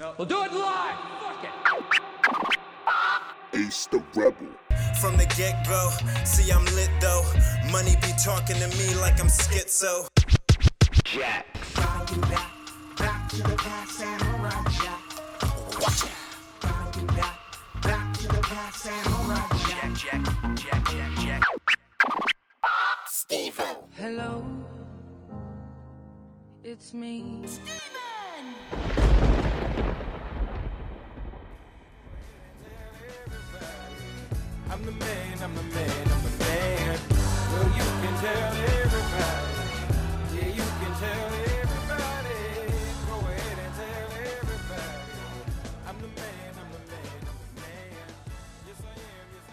up. We'll do it live. Fuck it. Ace the Rebel. From the get go, see I'm lit though. Money be talking to me like I'm schizo. Hello, it's me. I'm the man, I'm the man, I'm the man. Well, you can tell everybody. Yeah, you can tell everybody. Go ahead and tell everybody. I'm the man, I'm the man, I'm the man. Yes, I am, yes,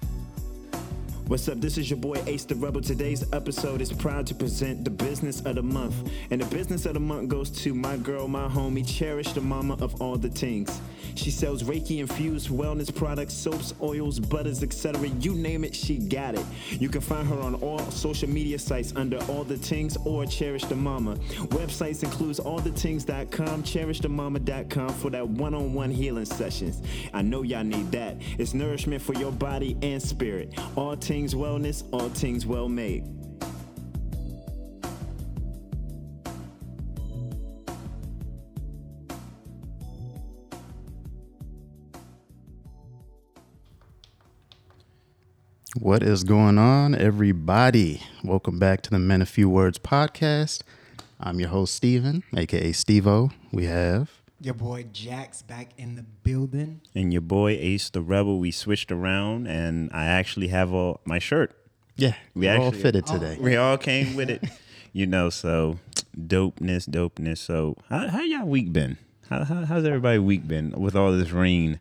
I am, yes, I am. What's up? This is your boy Ace the Rebel. Today's episode is proud to present the business of the month. And the business of the month goes to my girl, my homie, Cherish, the mama of all the things. She sells Reiki infused wellness products, soaps, oils, butters, etc. You name it, she got it. You can find her on all social media sites under All the Things or Cherish the Mama. Websites includes allthethings.com, cherishthemama.com for that one-on-one healing sessions. I know y'all need that. It's nourishment for your body and spirit. All things wellness, all things well made. What is going on, everybody? Welcome back to the Men a Few Words podcast. I'm your host, Steven, aka Stevo. We have Your boy Jack's back in the building. and your boy Ace the Rebel. We switched around, and I actually have a, my shirt. Yeah, we We are Oh. all actually- fitted today. We all came with it, you know. So dopeness, dopeness. So how, how y'all week been? How, how, how's everybody week been with all this rain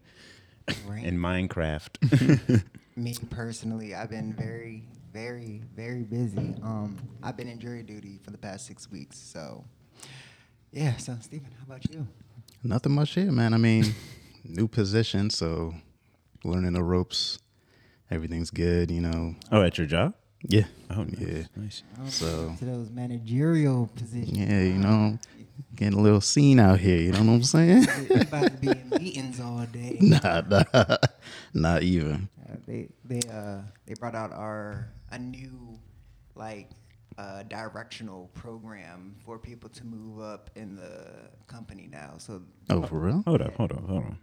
Right? and Minecraft? me personally, I've been very, very, very busy. Um, I've been in jury duty for the past six weeks. So, yeah. So, Stephen, how about you? Nothing much here, man. I mean, new position, so learning the ropes. Everything's good, you know. oh, at your job? Yeah. Oh, nice, yeah. nice. So To those managerial positions. yeah, you know, getting a little seen out here. You know what I'm saying? You're about to be in meetings all day. nah, nah, not even. Uh, they they uh they brought out our a new like uh, directional program for people to move up in the company now. So Oh, for real? Hold up, hold on, hold on.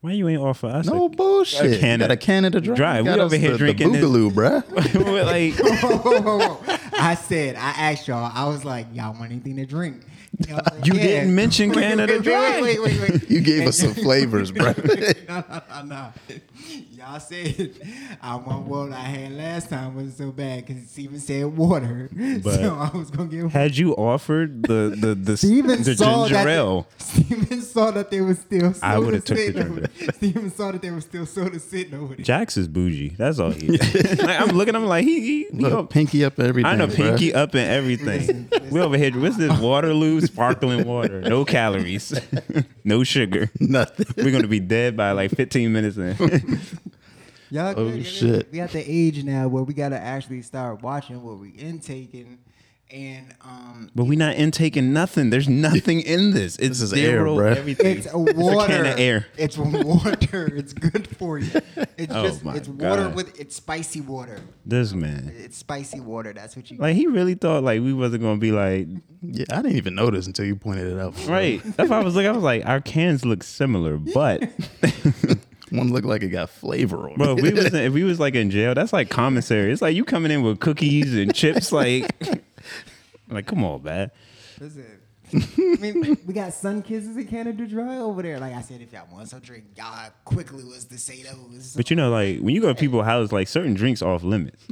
Why you ain't offer us? No a- bullshit. A can you got of- a Canada dry. Dry. You We got over us here the, drinking the this- Boogaloo, bruh. We're like, Whoa, whoa, whoa, whoa. I said, I asked y'all, I was like, y'all want anything to drink? And y'all was like, You didn't mention Wait, Canada wait, Dry. Wait, wait, wait. wait. You gave us some flavors, bruh. no, no, no, no. Y'all said, I want what I had last time wasn't so bad because Steven said water. But- so I was going to get had you offered the the the, Steven the saw ginger that ale? Steven saw that they were still soda I would've took the sitting over ginger there. Steven saw that they were still soda sitting over there. Jax is bougie. That's all he is. like, I'm looking, I'm like, he, he, he Look, up- pinky up everything. I know bruh. pinky up and everything. we over here. What's this Waterloo sparkling water? No calories, no sugar. Nothing. We're gonna be dead by like 15 minutes in. Y'all good, y'all Oh, good. shit. We at the age now where we gotta actually start watching what we intaking, and um, but we not intaking nothing. There's nothing in this. It's This is air, zero bruh. everything. it's a water. can of air. It's water. it's good for you. It's Oh just my it's water God. with it's spicy water. This man. It's spicy water. That's what you. Like he really thought like we wasn't gonna be like Yeah, I didn't even notice until you pointed it out. right. That's why I was like I was like our cans look similar, but One looked like it got flavor on bro, it. if we was in, if we was like in jail, that's like commissary. It's like you coming in with cookies and chips, like like come on, man. Listen. I mean, we got sun kisses and Canada Dry over there. Like I said, if y'all want some drink, y'all quickly was to say those. But you know, like when you go to people's house, like certain drinks off limits,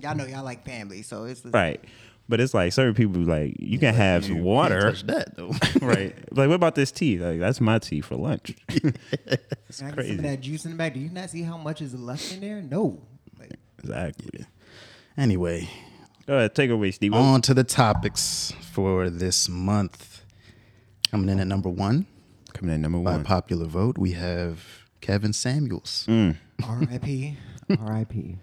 y'all know y'all like family, so it's right? But it's like certain people like you can have some water, Touch that though. right? Like what about this tea? Like that's my tea for lunch. Can I get some of crazy. that juice in the back. Do you not see how much is left in there? No. Like, Exactly. Anyway, Go ahead, take it away, Steve. on to the topics for this month. Coming in at number one Coming in number by one. Mm. popular vote, we have Kevin Samuels. R.I.P. R.I.P.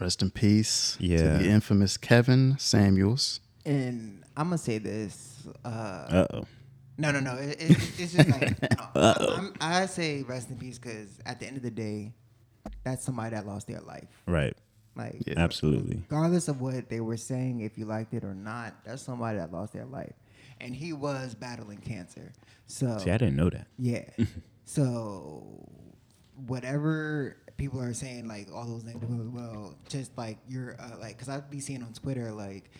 Rest in peace Yeah. to the infamous Kevin Samuels. And I'm gonna say this. Uh, Uh oh. No, no, no. It, it, it's just like I, I'm, I say rest in peace because at the end of the day, that's somebody that lost their life. Right. Like, Absolutely. regardless of what they were saying, if you liked it or not, that's somebody that lost their life, and he was battling cancer. So See, I didn't know that. yeah. so whatever people are saying, like all those things, well, well, just like you're uh, like, because I'd be seeing on Twitter like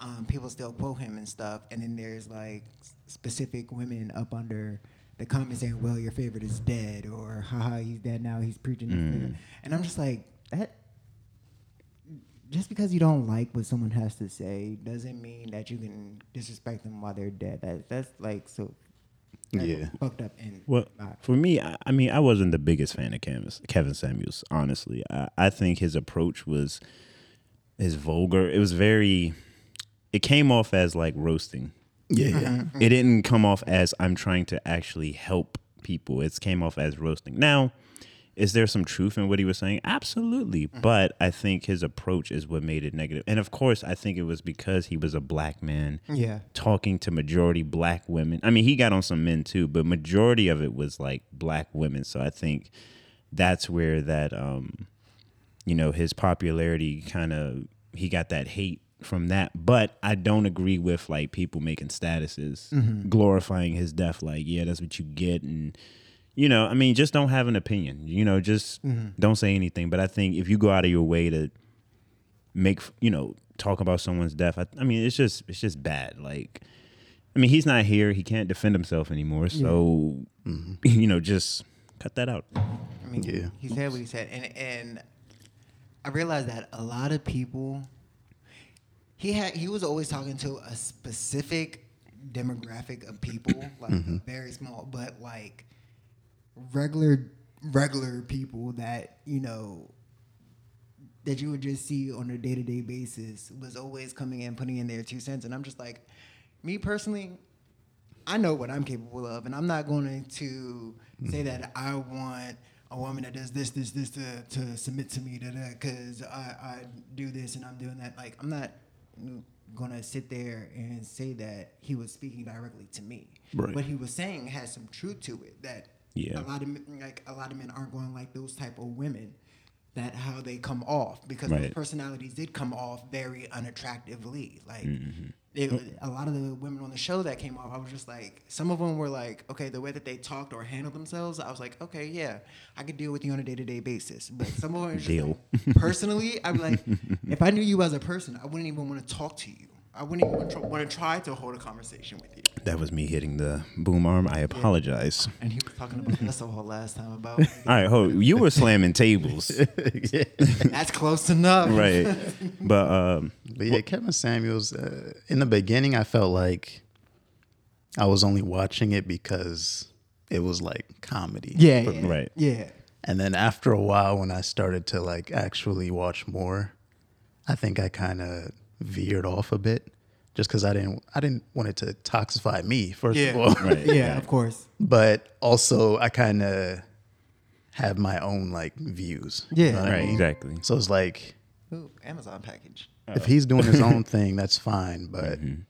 um, people still quote him and stuff, and then there's like s- specific women up under. The comments saying, "Well, your favorite is dead," or "Haha, he's dead now. He's preaching," and I'm just like, "That just because you don't like what someone has to say doesn't mean that you can disrespect them while they're dead. That, that's like so that's Yeah. fucked up and Well, not- for me, I, I mean, I wasn't the biggest fan of Kevin, Kevin Samuels. Honestly, I, I think his approach was his vulgar. It was very. It came off as like roasting. Yeah, yeah. It didn't come off as I'm trying to actually help people. It came off as roasting. Now, is there some truth in what he was saying? Absolutely. But I think his approach is what made it negative. And of course, I think it was because he was a black man Yeah. talking to majority black women. I mean, he got on some men too, but majority of it was like black women. So I think that's where that um you know, his popularity kind of he got that hate from that. But I don't agree with like people making statuses glorifying his death like, yeah, that's what you get and you know, I mean, just don't have an opinion. You know, just don't say anything. But I think if you go out of your way to make you know talk about someone's death I, I mean it's just it's just bad like i mean he's not here he can't defend himself anymore so you know just cut that out I mean, Yeah. he said what he said, and and I realized that a lot of people he had he was always talking to a specific demographic of people, like very small, but like regular regular people that you know that you would just see on a day to day basis was always coming in putting in their two cents, and I'm just like, me personally, I know what I'm capable of, and I'm not going to say that I Mm-hmm. want a woman that does this, this, this to, to submit to me, because I, I do this and I'm doing that. Like, I'm not going to sit there and say that he was speaking directly to me. Right. What he was saying has some truth to it that Yeah. a lot of men, like a lot of men aren't going like those type of women. That how they come off because those Right. personalities did come off very unattractively. Like Mm-hmm. it, a lot of the women on the show that came off, I was just like, some of them were like, okay, the way that they talked or handled themselves, I was like, okay, yeah, I could deal with you on a day to day basis. But some of them, are just Deal. like- personally, I'm like, if I knew you as a person, I wouldn't even want to talk to you. I wouldn't even tr- want to try to hold a conversation with you. that was me hitting the boom arm i apologize And he was talking about that's the whole last time about all right hold you were slamming tables that's close enough. right but um But yeah, Kevin Samuels. Uh, in the beginning, I felt like I was only watching it because it was like comedy. Yeah. yeah Right. Yeah. And then after a while, when I started to like actually watch more, I think I kind of veered off a bit, just because I didn't I didn't want it to toxify me first Yeah. of all, right Yeah. Of course. but also I kind of have my own like views. Yeah. what I Right, mean? exactly. So it's like Ooh, Amazon package. if he's doing his own thing, that's fine, but Mm-hmm.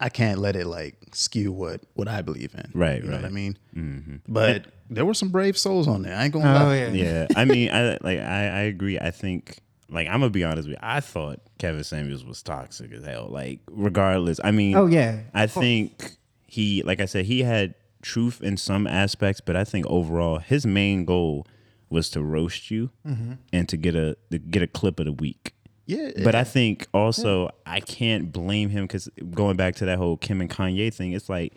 I can't let it like skew what what I believe in. Right, you know what I right. Mm-hmm. mean. But there were some brave souls on there. I ain't gonna Oh lie. yeah. yeah i mean i like i i agree i think like i'm gonna be honest with you i thought kevin samuels was toxic as hell like regardless i mean Oh, yeah. i think he like i said he had truth in some aspects but i think overall his main goal was to roast you Mm-hmm. and to get a to get a clip of the week Yeah, but I think also I can't blame him because going back to that whole Kim and Kanye thing, it's like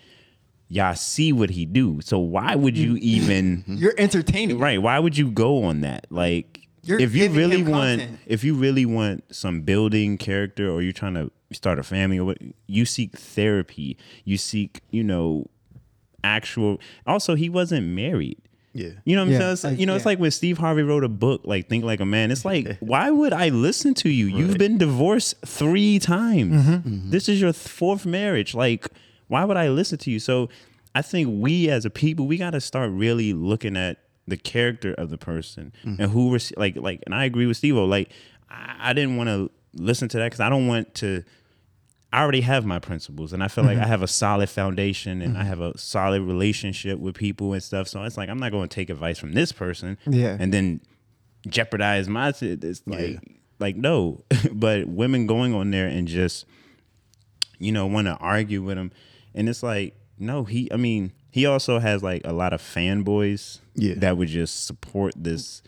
y'all see what he do. So why would you Mm-hmm. even You're entertaining. right why would you go on that like You're if you giving really him want content. if you really want some building character or you're trying to start a family or what you seek therapy you seek you know actual also he wasn't married Yeah. you know what I'm Yeah, saying? It's- like- you know, it's yeah. like when Steve Harvey wrote a book, like Think Like a Man. It's like, why would I listen to you? You've been divorced three times. Mm-hmm. This is your th- fourth marriage. Like, why would I listen to you? So I think we as a people, we gotta start really looking at the character of the person and who we're s- like, like, and I agree with Steve like I, I didn't wanna listen to that because I don't want to I already have my principles and I feel like I have a solid foundation and I have a solid relationship with people and stuff. So it's like I'm not going to take advice from this person Yeah. and then jeopardize my si- it's like like no. but women going on there and just you know want to argue with him and it's like no, he I mean, he also has like a lot of fanboys Yeah. that would just support this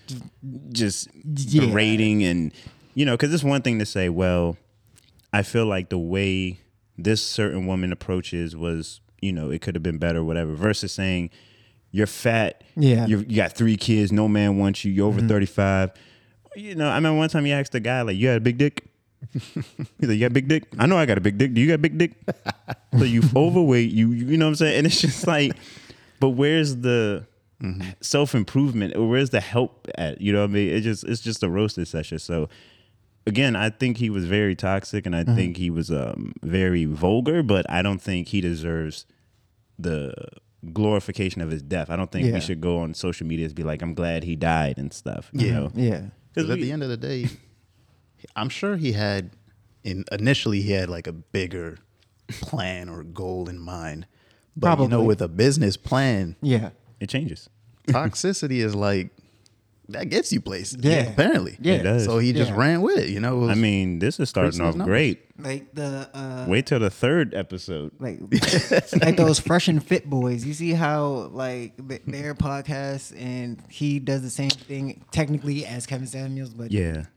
just Yeah. berating and you know because it's one thing to say well i feel like the way this certain woman approaches was you know it could have been better whatever versus saying you're fat Yeah. Mm-hmm. you're, you got three kids no man wants you you're over 35 you know i remember one time you asked a guy like you had a big dick He's like, you got a big dick? I know I got a big dick. Do you got a big dick? so you overweight, you you know what I'm saying? And it's just like, but where's the self improvement? Or where's the help at? You know what I mean? It just it's just a roasted session. So again, I think he was very toxic and I think he was um very vulgar, but I don't think he deserves the glorification of his death. I don't think Yeah. we should go on social media and be like, I'm glad he died and stuff. You know? Yeah. Because at we- the end of the day, I'm sure he had, in initially he had like a bigger plan or goal in mind. But you know, Probably. with a business plan, Yeah. It changes. toxicity is like that gets you places. Yeah. apparently. Yeah. It does. So he just Yeah. ran with it. You know, It was- I mean, this is starting Increasing his off numbers. great. Like the uh Wait till the third episode. like like those fresh and fit boys. You see how like th- their podcast and he does the same thing technically as Kevin Samuels, but Yeah.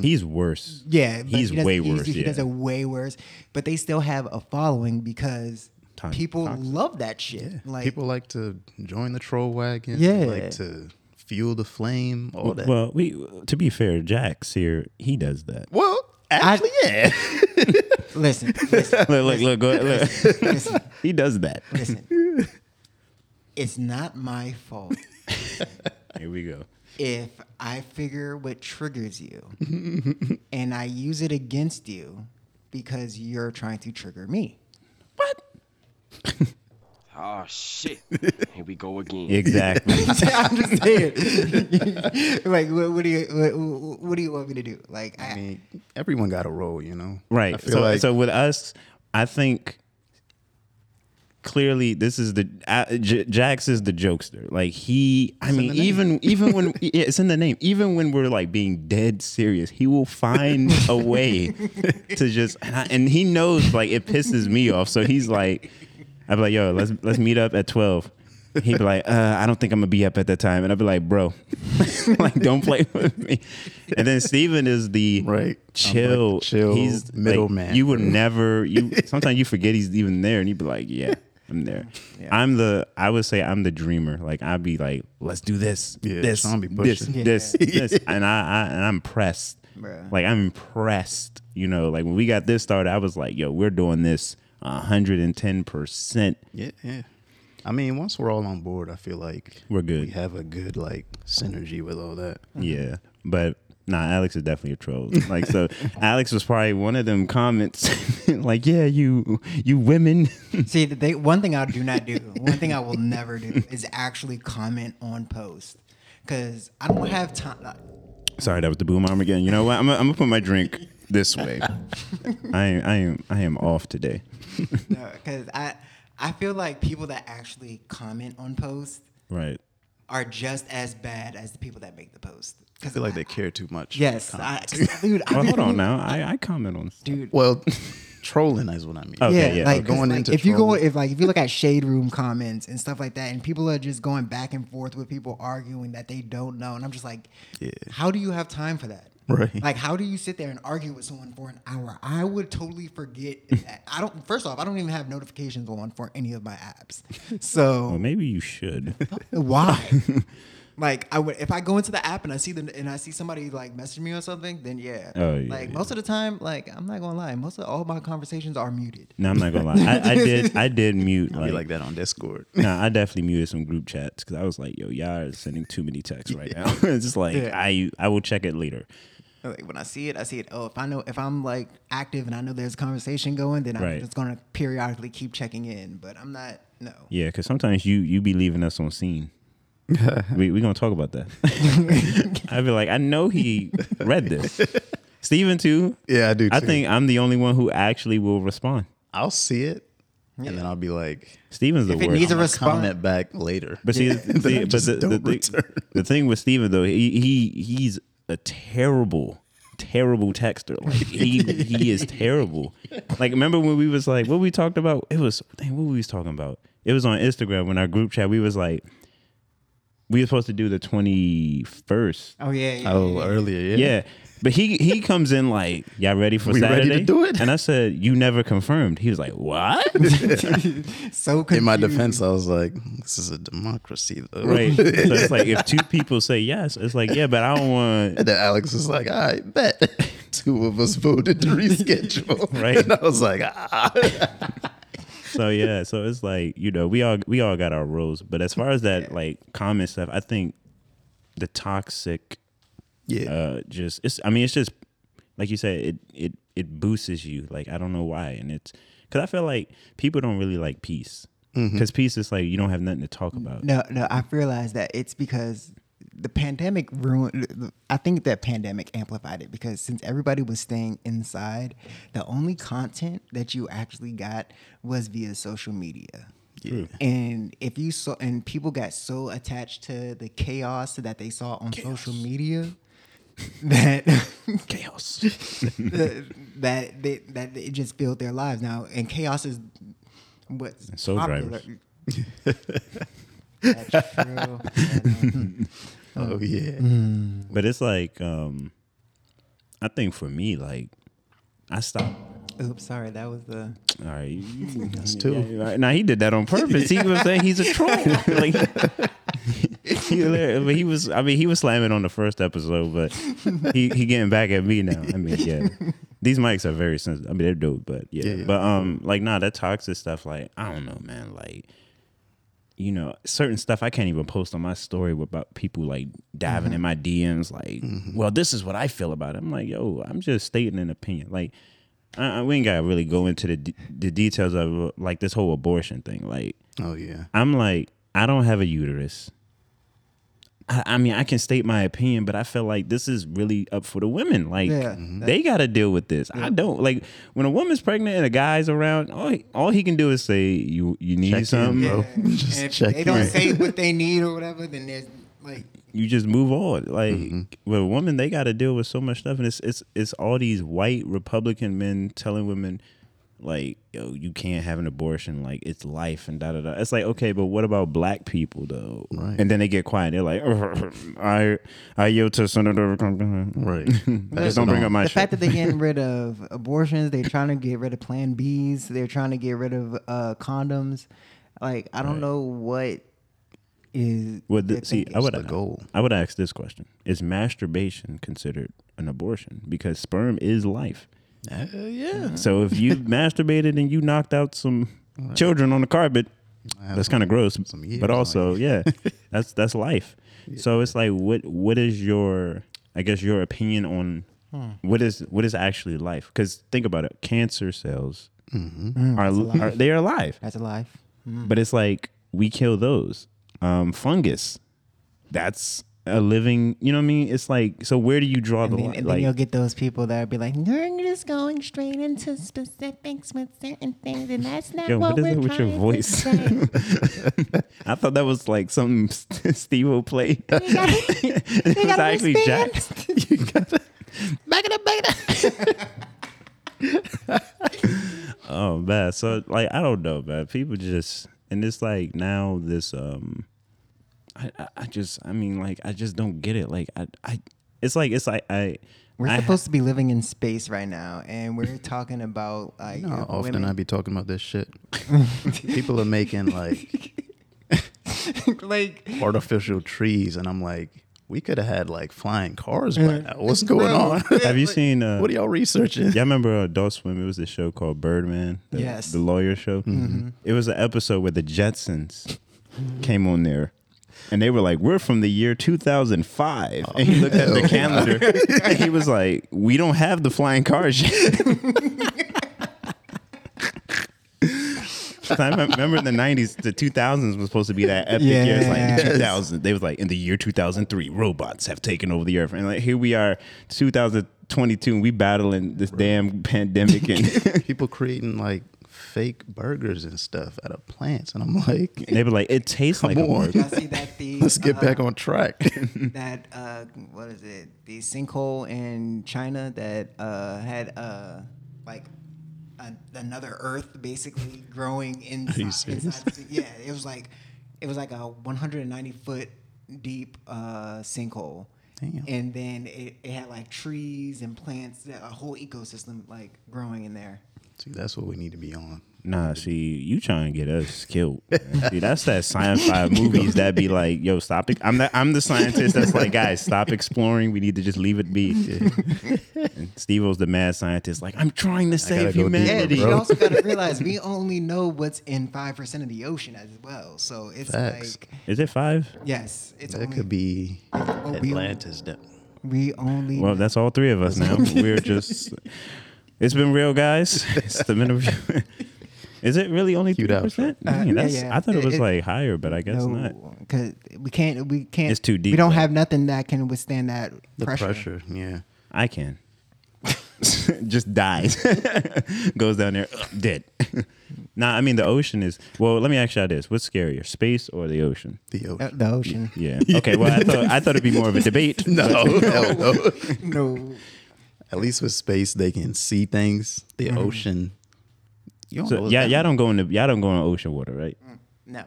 He's worse. yeah, but He's he does- way he's- worse. He yeah. does it way worse, but they still have a following because Tox- people toxic. love that shit. Like people like to join the troll wagon. Yeah. like to fuel the flame. All that. Well, we to be fair, Jax here, he does that. Well, actually, yeah. listen, listen, look, look, look, go, look. listen, he does that. listen. It's not my fault. Here we go. if I figure what triggers you and I use it against you because you're trying to trigger me. Oh shit. Here we go again. Exactly. I'm just saying. like, what, what do you what, what do you want me to do? Like, I, I mean, everyone got a role. You know. I right. feel So, like so with us, I think clearly this is the I, J- Jax is the jokester. Like he, I mean, the name. even even when yeah, it's in the name, even when we're like being dead serious, he will find a way to just and, I, and he knows like it pisses me off. So he's like, I'd be like, yo, let's let's meet up at twelve. He'd be like, uh, I don't think I'm gonna be up at that time, and I'd be like, bro, like don't play with me. And then Steven is the Right. I'm like the chill, chill he's like, middleman. you would never. You sometimes you forget he's even there, and you'd be like, "Yeah, I'm there." I'm the. I would say I'm the dreamer. Like I'd be like, "Let's do this, Yeah, this, Sean be this, pushing. this, this," and I, I and I'm pressed. Bruh. Like I'm impressed. You know, like when we got this started, I was like, "Yo, we're doing this 110 percent." Yeah, yeah. I mean, once we're all on board, I feel like We're good. We have a good like synergy with all that. Yeah, but nah, Alex is definitely a troll. Like so, Alex was probably one of them comments. like, yeah, you you women. see, they, one thing I do not do, one thing I will never do is actually comment on posts because I don't have uh, time. Sorry, that was the boom arm again. You know what? I'm gonna I'm gonna put my drink this way. I am, I am I am off today. Because I I feel like people that actually comment on posts Right. are just as bad as the people that make the post. I feel like they care too much. Yes, I, 'cause, dude. I Well, hold really- on now. I, I comment on. Dude. dude. Well, trolling is what I mean. Okay, yeah, yeah, like okay. going Going like, into if you go trolling. if like if you look at shade room comments and stuff like that, and people are just going back and forth with people arguing that they don't know, and I'm just like, Yeah. how do you have time for that? Right. Like, how do you sit there and argue with someone for an hour? I would totally forget that. I don't. First off, I don't even have notifications on for any of my apps, so Well, oh, maybe you should. Why? like I would if I go into the app and I see them and I see somebody like message me or something, then yeah. Oh, yeah, like yeah. most of the time, like I'm not gonna lie, most of all my conversations are muted. No, I'm not gonna lie. I, I did I did mute Be like, like that on Discord. Nah, I definitely muted some group chats because I was like, yo, y'all are sending too many texts right now. it's just like Yeah. I I will check it later. Like when I see it, I see it. Oh, if I know if I'm like active and I know there's a conversation going, then I'm Right. just gonna periodically keep checking in. But I'm not no. Yeah, because sometimes you you be leaving us on scene. we we gonna talk about that. I'd be like, I know he read this. Steven too. Yeah, I do. I too. think I'm the only one who actually will respond. I'll see it, and then I'll be like, Steven's the If it worst. needs a I'll response, comment back later. But see, Then I the, but just the, the, don't the, return. the thing with Steven though, he, he he's a terrible, terrible texter. Like he he is terrible. Like remember when we was like what we talked about? It was dang, what we was talking about. It was on Instagram when our group chat. We was like, we were supposed to do the twenty first. oh yeah, yeah, Oh, yeah. earlier, yeah. Yeah. But he he comes in like, y'all ready for We ready to Saturday? do it? And I said, you never confirmed. He was like, what? so confused. In my defense, I was like, "This is a democracy, though." right. So it's like if two people say yes, it's like yeah, but I don't want And then Alex was like, "I bet." Two of us voted to reschedule. Right. And I was like, "Ah." so yeah, so it's like you know we all we all got our rules, but as far as that like comment stuff, I think the toxic Yeah. uh just it's I mean it's just like you said it it it boosts you like I don't know why and it's because I feel like people don't really like peace because peace is like you don't have nothing to talk about. No, no, I've realized that it's because the pandemic ruined. I think that pandemic amplified it because since everybody was staying inside, the only content that you actually got was via social media. True. And if you saw, and people got so attached to the chaos that they saw on social media that chaos. that they, that it just filled their lives now. And chaos is what's soul popular. drivers. That's true. Oh yeah. Mm-hmm. But it's like, um, I think for me, like, I stopped. Oops, sorry, that was the. All right, you- That's two. all right, Now he did that on purpose. He was saying he's a troll. like, he, but he was. I mean, he was slamming on the first episode, but he he getting back at me now. I mean, yeah. These mics are very sensitive. I mean, they're dope, but yeah. Yeah. But um, like, nah, that toxic stuff. Like, I don't know, man. Like, you know, certain stuff I can't even post on my story about people like diving in my DMs, like, well, this is what I feel about it. I'm like, yo, I'm just stating an opinion. Like, I, I, we ain't gotta really go into the d- the details of uh, like this whole abortion thing. Like, Oh yeah. I'm like, I don't have a uterus. I, I mean, I can state my opinion, but I feel like this is really up for the women. Like, Yeah. Mhm. Mm-hmm. they got to deal with this. I don't like when a woman's pregnant and a guy's around. All he, all he can do is say, "You you need Check in, something." bro. Just if check they don't in. say what they need or whatever, then there's like you just move on. Like Mm-hmm. with a woman, they got to deal with so much stuff, and it's it's it's all these white Republican men telling women like, "Yo, you can't have an abortion. Like it's life and da da da." It's like, okay, but what about black people though? Right. And then they get quiet. They're like, "I I yield to Senator." Right. Just don't bring up my the shit. fact that they're getting rid of abortions. They're trying to get rid of Plan Bs. They're trying to get rid of uh, condoms. Like I don't know what is. well, th- they're see, thinking. I would the goal. I would ask this question: Is masturbation considered an abortion? Because sperm is life. Hell yeah. So if you masturbated and you knocked out some children on the carpet, that's kind of gross. some years But on also, yeah, that's that's life. So it's like, what what is your I guess your opinion on Hmm. what is what is actually life? Because think about it, cancer cells Mm-hmm. Hmm, are, are they are alive, That's a life. but it's like we kill those um, fungus. That's a living, you know what I mean? It's like, so where do you draw And the then, line? and then Like- you'll get those people that will be like, "You're just going straight into specifics with certain things, and that's not Yo, what what is we're it with your trying voice? to say." I thought that was like something Steve will play. You gotta- you it was gotta actually understand. Jack. Back it up, back it up. Oh man, so like I don't know, man. People just and it's like now this um, I I- I just I mean like I just don't get it. Like I I it's like it's like I We're I- supposed to be living in space right now, and we're talking about like You know how if often women- I be talking about this shit. People are making like like artificial trees, and I'm like, we could have had like flying cars by now. What's going on? have you seen uh, what are y'all researching? Y'all remember uh, Adult Swim? It was this show called Birdman. The, Yes. Mm-hmm. The lawyer show. Mm-hmm. It was an episode where the Jetsons came on there. And they were like, we're from the year 2005. and he looked at Oh, the calendar and he was like, we don't have the flying cars yet. I mem- remember in the 90s, the 2000s was supposed to be that epic year. It's Yes. like 2000. They was like, in the year 2003, robots have taken over the earth. And like, here we are, 2000, 22 and we battling this damn pandemic and People creating like fake burgers and stuff out of plants, and I'm like, they be like, it tastes like a Come on. burger. Y'all see that the let's get uh, back on track. that uh, what is it? The sinkhole in China that uh, had uh, like a, another Earth basically growing inside. serious? inside the- yeah, it was like it was like a 190 foot deep uh, sinkhole. Damn. And then it, it had like trees and plants, a whole ecosystem like growing in there. See, that's what we need to be on. Nah, see, you trying to get us killed. man. see, that's that sci-fi movies that be like, yo, stop it. I'm the I'm the scientist that's like, guys, stop exploring. We need to just leave it be. and Steve-O's the mad scientist, like, I'm trying to gotta save go deeper, Yeah, humanity. but you bro. also gotta realize we only know what's in five percent of the ocean as well. So it's Facts. like Is it five? yes, it's That only oh, could be we- Atlantis. that- we only Well, that's all three of us now. We're just it's been real, guys. It's the minimum. Is it really only three Cute outro. percent? Uh, yeah, that's yeah. I thought it, It- was it- like higher, but I guess not. because we can't. We can't. It's too We deep, don't though. have nothing that can withstand that The pressure. pressure, yeah. I can. just dies. Goes down there, ugh, dead. nah, I mean the ocean is well, let me ask you this. What's scarier? Space or the ocean? The Uh, ocean. The ocean. Yeah. Okay, well I thought I thought it'd be more of a debate. No, hell no. no. At least with space, they can see things. The ocean. You don't know So what's yeah, down y'all don't go in the y'all don't go in ocean water, right? No.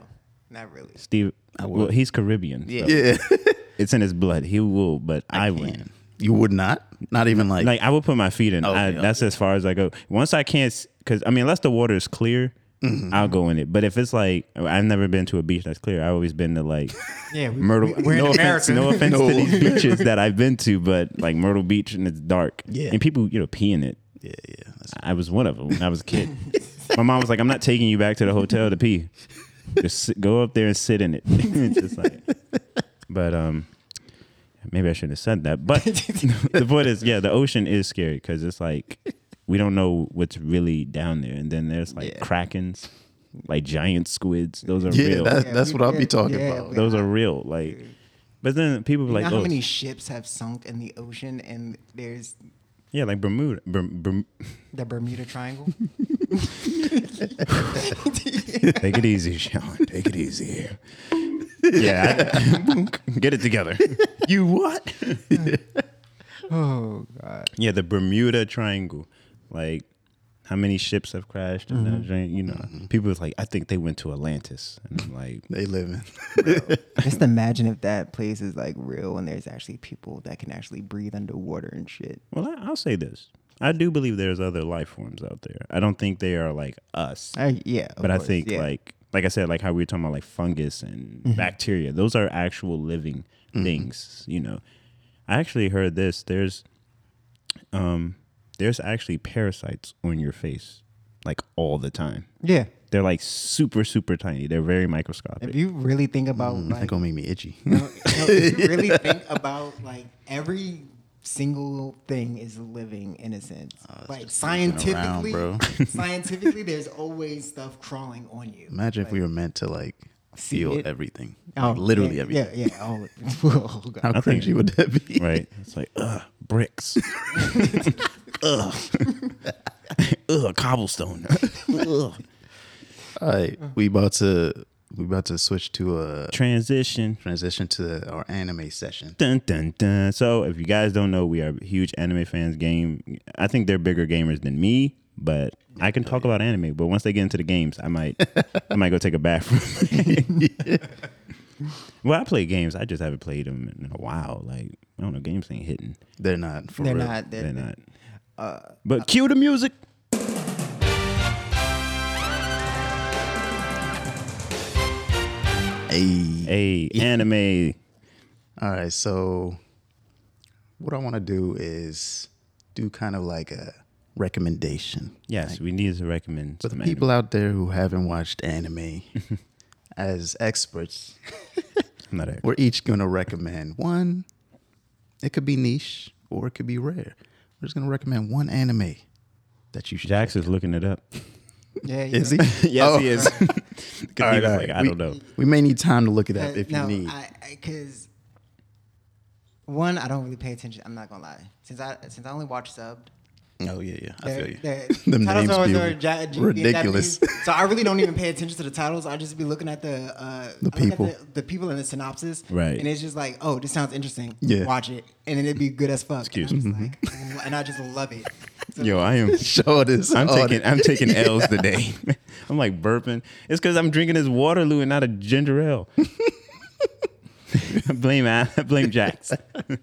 Not really. Steve well, he's Caribbean. Yeah. Yeah. It's in his blood. He will, but I, win. You would not? Not even like, Like I would put my feet in. Oh, I, yeah. That's as far as I go. Once I can't, because I mean, unless the water is clear, Mm-hmm. I'll go in it. But if it's like I've never been to a beach that's clear, I've always been to like Yeah. We, Myrtle. we- We're no in offense, America. no offense to these beaches that I've been to, but like Myrtle Beach and it's dark. Yeah. and people you know pee in it. yeah, yeah. That's, I was one of them when I was a kid. my mom was like, "I'm not taking you back to the hotel to pee. Just sit, go up there and sit in it." Just like, but um, maybe I shouldn't have said that. But the point is, yeah, the ocean is scary because it's like we don't know what's really down there, and then there's like Yeah. krakens, like giant squids. Those are yeah, real. that, Yeah, that's we- what I'll yeah, be talking yeah, about. we- those are real. Like, but then people were you like, know how "Oh, many ships have sunk in the ocean and there's yeah, like Bermuda." Berm- Berm- the Bermuda Triangle? Take it easy, Sean. Take it easy here. Yeah, I- get it together. You what? oh God. Yeah, the Bermuda Triangle. Like, how many ships have crashed? in Mm-hmm. that drain? you know, people was like, I think they went to Atlantis, and I'm like, They living. Just imagine if that place is like real and there's actually people that can actually breathe underwater and shit. well, I, I'll say this. I do believe there's other life forms out there. I don't think they are like us, I, yeah. of but I course, think yeah. Mm-hmm. like like I said, like how we were talking about like fungus and bacteria. Those are actual living things, you know. I actually heard this. There's um there's actually parasites on your face like all the time. yeah. They're like super super tiny. They're very microscopic. If you really think about That like gonna make me itchy. No, no, if you really think about like every single thing is living in a sense. Oh, like creeping around, scientifically, bro. scientifically, there's always stuff crawling on you. Imagine if we were meant to like See feel it? everything. Oh, Like, literally yeah, everything. Yeah, yeah. all of- oh, How God. think- cringy would that be? right? It's like ugh, bricks. ugh. ugh, cobblestone. ugh. All right. Uh-huh. We about to we about to switch to a Transition. transition to our anime session. Dun, dun, dun. So, if you guys don't know, we are huge anime fans. Game, I think they're bigger gamers than me, but I can talk about anime. But once they get into the games, I might, I might go take a bathroom. well, I play games. I just haven't played them in a while. Like I don't know, games ain't hitting. They're not Uh, for They're real. not. They're, They're not. but cue the music. Ayy. Hey, anime. All right, so what I want to do is do kind of like a recommendation. Yes, we need to recommend For the some people out there who haven't watched anime, as experts, anime. Not a- we're each going to recommend one. It could be niche or it could be rare. We're just going to recommend one anime that you should. Jax is looking it up. yeah, yeah. Is he? yes, Oh. he is. 'Cause he All right, was all like, right. I We- don't know. We may need time to look it Uh, up if no, you need. I because one, I don't really pay attention. I'm not gonna lie. Since I since I only watch subbed, Oh yeah, yeah. I they're- feel you. they're- Them titles names always be are ja- j- ridiculous. Japanese. so I really don't even pay attention to the titles. I just be looking at the uh, The I look at people. the, the people in the synopsis, Right. And it's just like, oh, this sounds interesting. Yeah. watch it, and then it'd be good as fuck. Excuse and me. I'm just like, and I just love it. So Yo, I am. Show this. I'm all taking. the- I'm taking L's today. I'm like burping. It's because I'm drinking this Waterloo and not a ginger ale. I blame. I blame Jax. All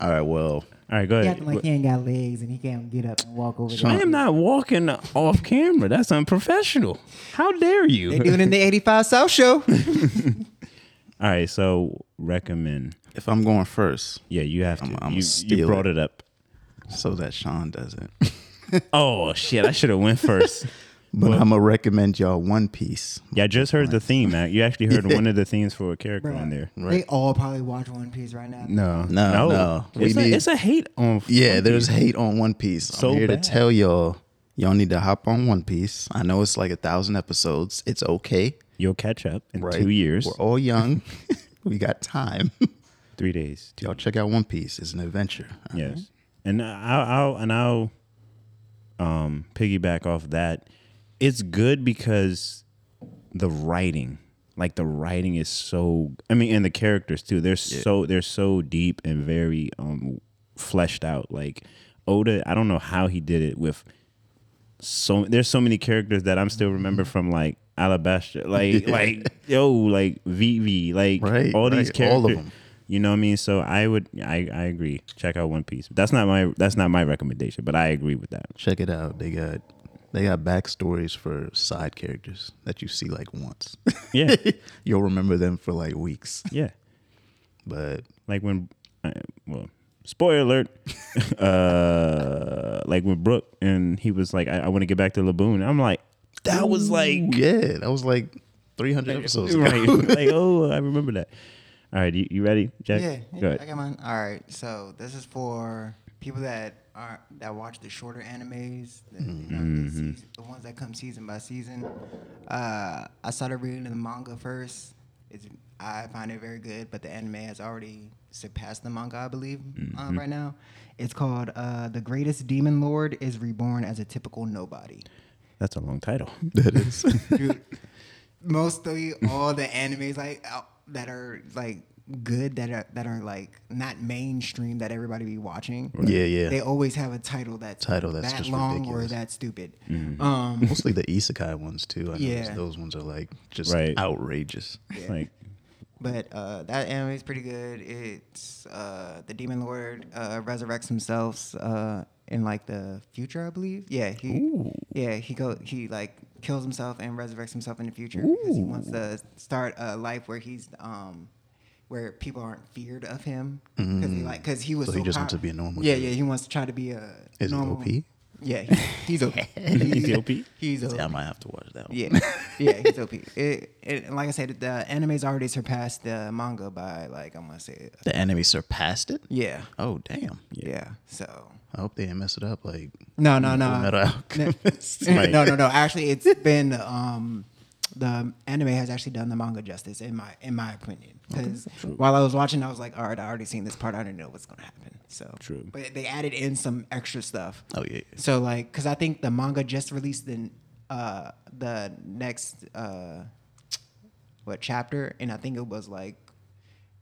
All right. Well, right, go he ahead. acting like he ain't got legs and he can't get up and walk over. I there. am not walking off camera. That's unprofessional. How dare you? They doing it in the '85 South Show. All right, so recommend. if I'm going first, Yeah, you have to. I'm- I'm you, steal you brought it. it up. so that Sean doesn't. Oh shit! I should have went first. But I'm gonna recommend y'all One Piece. Yeah, I just heard the theme. Mac. You actually heard one of the themes for a character Bruh, on there. They all probably watch One Piece right now. No, No, no. We It's, need- a, it's a hate on. Yeah, there's hate on One Piece. So I'm here bad. to tell y'all, y'all need to hop on One Piece. I know it's like a thousand episodes. It's okay. You'll catch up in two years, We're all young. we got time. three days. Two y'all check out One Piece. It's an adventure. All Yes, and I'll, I'll and I'll um, piggyback off that. It's good because the writing, like the writing, is so. I mean, and the characters too. They're so they're so deep and very um, fleshed out. Like Oda, I don't know how he did it with so there's so many characters that I'm still remember Mm-hmm. from like Alabaster, like like yo, like Vivi, like Right, all these right, all characters. of them. You know what I mean? So I would, I, I agree. Check out One Piece. That's not my, that's not my recommendation, but I agree with that. Check it out. They got they got backstories for side characters that you see like once. Yeah, you'll remember them for like weeks. yeah. But Like when, I, well, spoiler alert. uh, like with Brooke and he was like, I, I want to get back to Laboon. I'm like, that was like yeah, that was like 300 episodes. ago. right. like oh, I remember that. All right, you, you ready, Jack? Yeah, Go yeah, ahead. I got mine. All right, so this is for people that are that watch the shorter animes, the, you know, the, Mm-hmm. seas- the ones that come season by season. Uh, I started reading the manga first. It's I find it very good, but the anime has already surpassed the manga, I believe, uh, Mm-hmm. right now. It's called uh, "The Greatest Demon Lord is Reborn as a Typical Nobody." That's a long title. That is. Dude, mostly all the animes like out, that are like good that are that are like not mainstream that everybody be watching. Yeah, yeah. They always have a title that's Title that's that just long or ridiculous. Mm-hmm. that stupid. Um, Mostly the isekai ones too. I Yeah. yeah. those ones are like just Right. outrageous. Yeah. Like but uh, that anime is pretty good. It's uh, the demon lord uh, resurrects himself uh, in like the future, I believe. Yeah, he yeah he go he like kills himself and resurrects himself in the future because he wants to start a life where he's um where people aren't feared of him because he like because he was Mm. So so he just pow- wants to be a normal Yeah, dude. yeah, he wants to try to be a Is he normal. OP? Yeah, he, he's OP. He's OP? He's OP. Yeah, I might have to watch that one. Yeah, yeah, he's OP. It, it, and like I said, the anime's already surpassed the manga by like I'm gonna say, The enemy surpassed it. yeah, Oh damn! yeah. So I hope they didn't mess it up. Like no, no, no, Fullmetal Alchemist. Right. no, no, no. Actually, it's been um, the anime has actually done the manga justice in my in my opinion. Because while I was watching, I was like, all right, I already seen this part. I didn't know what's gonna happen. So True. But they added in some extra stuff. Oh, yeah, yeah. So like, because I think the manga just released the uh, the next uh, what chapter, and I think it was like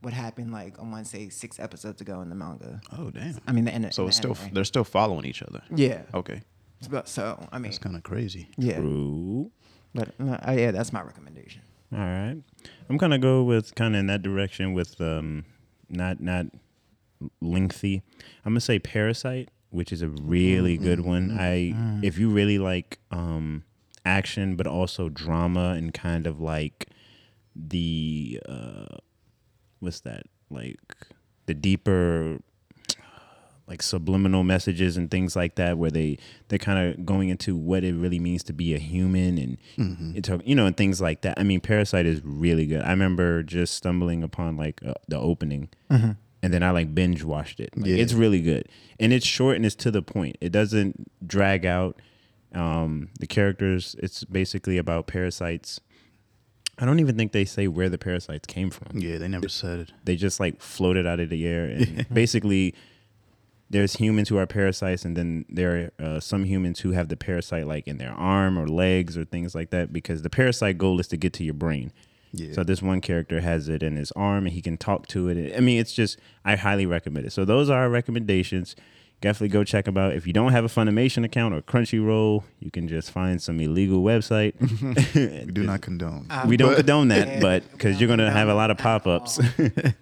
what happened like I want to say six episodes ago in the manga. Oh damn! I mean the end. so the it's still anime. they're still following each other. Yeah. Okay. But- so I mean, It's kind of crazy. yeah. ooh. But uh, uh, yeah, that's my recommendation. All right. I'm gonna go with kind of in that direction with um, not not lengthy. I'm gonna say Parasite, which is a really good one. I if you really like um, action, but also drama and kind of like the uh, what's that like the deeper like subliminal messages and things like that where they they're kind of going into what it really means to be a human and it's, you know and things like that i mean parasite is really good i remember just stumbling upon like uh, the opening and then i like binge watched it Like, Yeah. it's really good and it's short and it's to the point it doesn't drag out um the characters it's basically about parasites I don't even think they say where the parasites came from. Yeah, they never said it. They just like floated out of the air, and basically, there's humans who are parasites, and then there are uh, some humans who have the parasite like in their arm or legs or things like that, because the parasite goal is to get to your brain. Yeah. So this one character has it in his arm, and he can talk to it. I mean, it's just I highly recommend it. So those are our recommendations. Definitely go check them out. If you don't have a Funimation account or Crunchyroll, you can just find some illegal website. We do not condone. we don't But- condone that, Yeah. but because you're gonna have a lot of pop ups.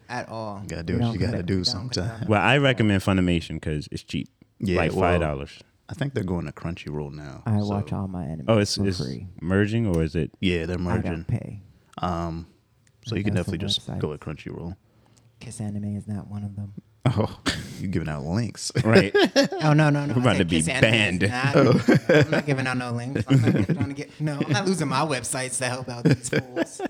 at all. Gotta do what you gotta do sometime. well, I recommend Funimation because it's cheap, Yeah, like well- five dollars. I think they're going to Crunchyroll now. I so- watch all my anime Oh, it's for it's free. merging or is it? Yeah, they're I don't merging. pay. Um, so you And can that's the definitely just go websites. with Crunchyroll. Kiss Anime is not one of them. Oh, you giving out links? Right. Oh no no no! We're about I said to be Kiss Anime is Not, Oh. I'm not giving out no links. I'm not trying to get, no, I'm not losing my websites to help out these fools.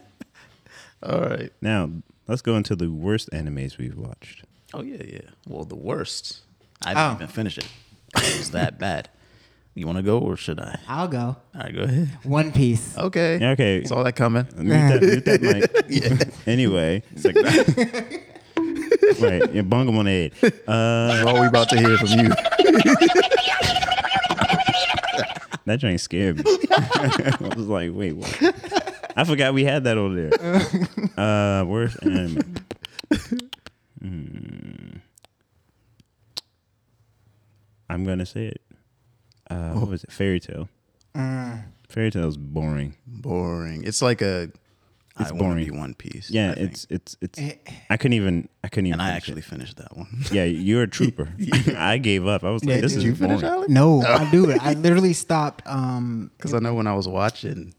all right. now let's go into the worst animes we've watched. Oh yeah, yeah. Well, the worst. I didn't Oh. even finish it. It was that bad. You want to go or should I? I'll go. All right, go ahead. One Piece. Okay. Yeah, okay. It's all Oh, that coming. Mute that, mute that mic. Anyway, it's like right, yeah, bung 'em on the head. That's all we about to hear from you. That joint scared me. I was like, wait, what? I forgot we had that over there. Uh, worst anime. Hmm. I'm gonna say it. Uh, What was it? Fairy tale. Fairy tale's boring. boring. It's like a. It's I wanna be boring. One Piece. I Yeah, think. it's it's it's. I couldn't even. I couldn't even. And I finish actually it. finished that one. Yeah, you're a trooper. I gave up. I was like, Yeah, this dude. is You boring. No, I do it. I literally stopped. Um, Because I know when I was watching,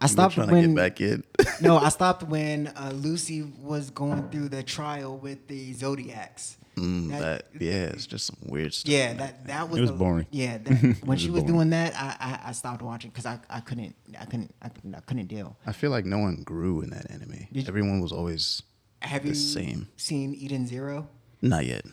I I'm stopped trying when. to get back in. No, I stopped when uh, Lucy was going through the trial with the Zodiacs. that, yeah, it's just some weird stuff. Yeah, that that was. It was the- boring. Yeah, that, when was she was boring. doing that, I I, I stopped watching because I, I couldn't I couldn't I couldn't, I couldn't deal. I feel like no one grew in that anime. Did you- Everyone was always Have the you same. seen Eden Zero? Not yet.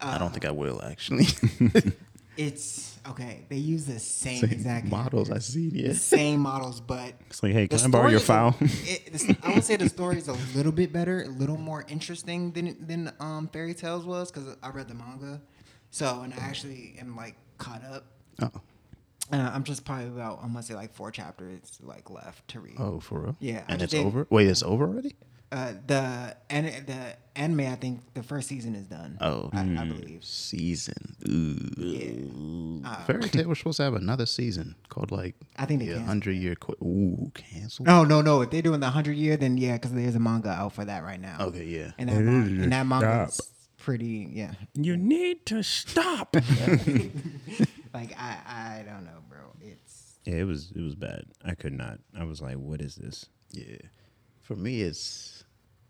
I don't think I will actually. It's okay. They use the same, Same exact models I seen. Yeah. the same models, but It's like, hey, the can I borrow your story file? is a- it- it's- I would say the story is a little bit better, a little more interesting than than um, fairy tales was because I read the manga, so Oh. and I actually am like caught up. Oh, Uh, I'm just probably about I'm gonna say like four chapters like left to read. oh, for real? Yeah, I And it's think- over. Wait, it's over already? Uh, the and the anime, I think the first season is done. Oh, I, I believe. season. Ooh. Yeah. Uh, Fairy Tale was supposed to have another season called like I think they the canceled Uh. hundred year. Qu- Ooh, canceled. No, no, no. If they're doing the hundred year, then yeah, because there's a manga out for that right now. Okay, yeah. And that, mon- and that manga's pretty. Yeah. You need to stop. Like I, I don't know, bro. It's Yeah, it was it was bad. I could not. I was like, what is this? Yeah. For me, it's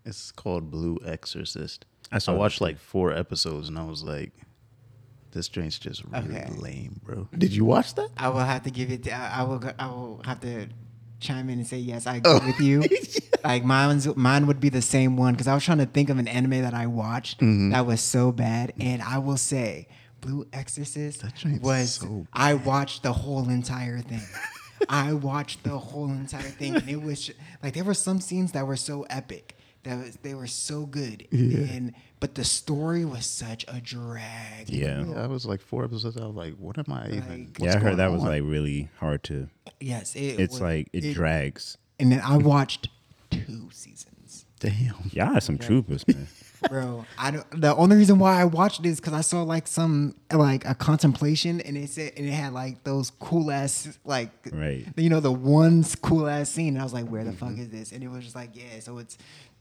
it's called Blue Exorcist. I I, saw that watched like four episodes and I was like, this joint's just really Okay. lame, bro. Did you watch that? I will have to give it. To, I I will. go- I will have to chime in and say yes. I Oh. agree with you. Like mine's mine would be the same one because I was trying to think of an anime that I watched Mm-hmm. that was so bad, and I will say Blue Exorcist That shit's was. so I watched the whole entire thing. I watched the whole entire thing, and it was like there were some scenes that were so epic. That was, they were so good, and but the story was such a drag. Yeah. Yeah, I was like four episodes. I was like, what am I even? Oh. Like- yeah, what's I heard going that was on? like really hard to. Yes, it It's was- like it, drags. and then I watched two seasons, damn. Y'all are some troopers, man. bro. I don't. The only reason why I watched this because I saw like some like a contemplation, and it said and it had like those cool ass like Right. Mm-hmm. you know the one cool ass scene. And I was like, where the fuck is this? And it was just like, yeah, so it's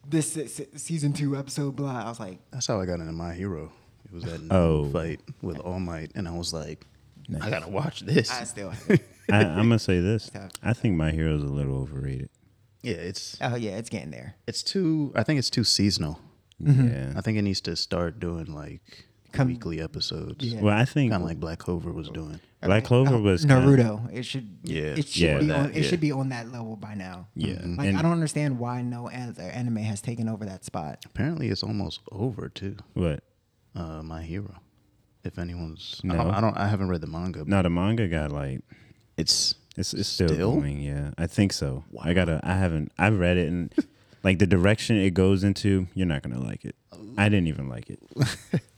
this se- se- season two episode blah. I was like, That's how I got into My Hero. It was that Oh. fight with All Might, and I was like, I gotta watch this. I still. haven't. I, I'm gonna say this. Yeah. I think my hero's a little overrated. yeah, it's oh yeah, it's getting there. it's too. I think it's too seasonal. Yeah. I think it needs to start doing like Come- weekly episodes. Yeah. Well, I think Kind of like Black Clover was doing. Black Clover was kinda- Naruto. It should. Yeah. It should Yeah, be. that, on, it yeah. should be on that level by now. Yeah. Like And- I don't understand why no other anime has taken over that spot. Apparently, it's almost over too. what? Uh, My Hero. If anyone's, I, No. don't, I don't. I haven't read the manga. But No, the manga got like It's It's, it's still, Still? going, yeah. I think so. I gotta. I haven't. I've read it, and like the direction it goes into, you're not gonna like it. I didn't even like it.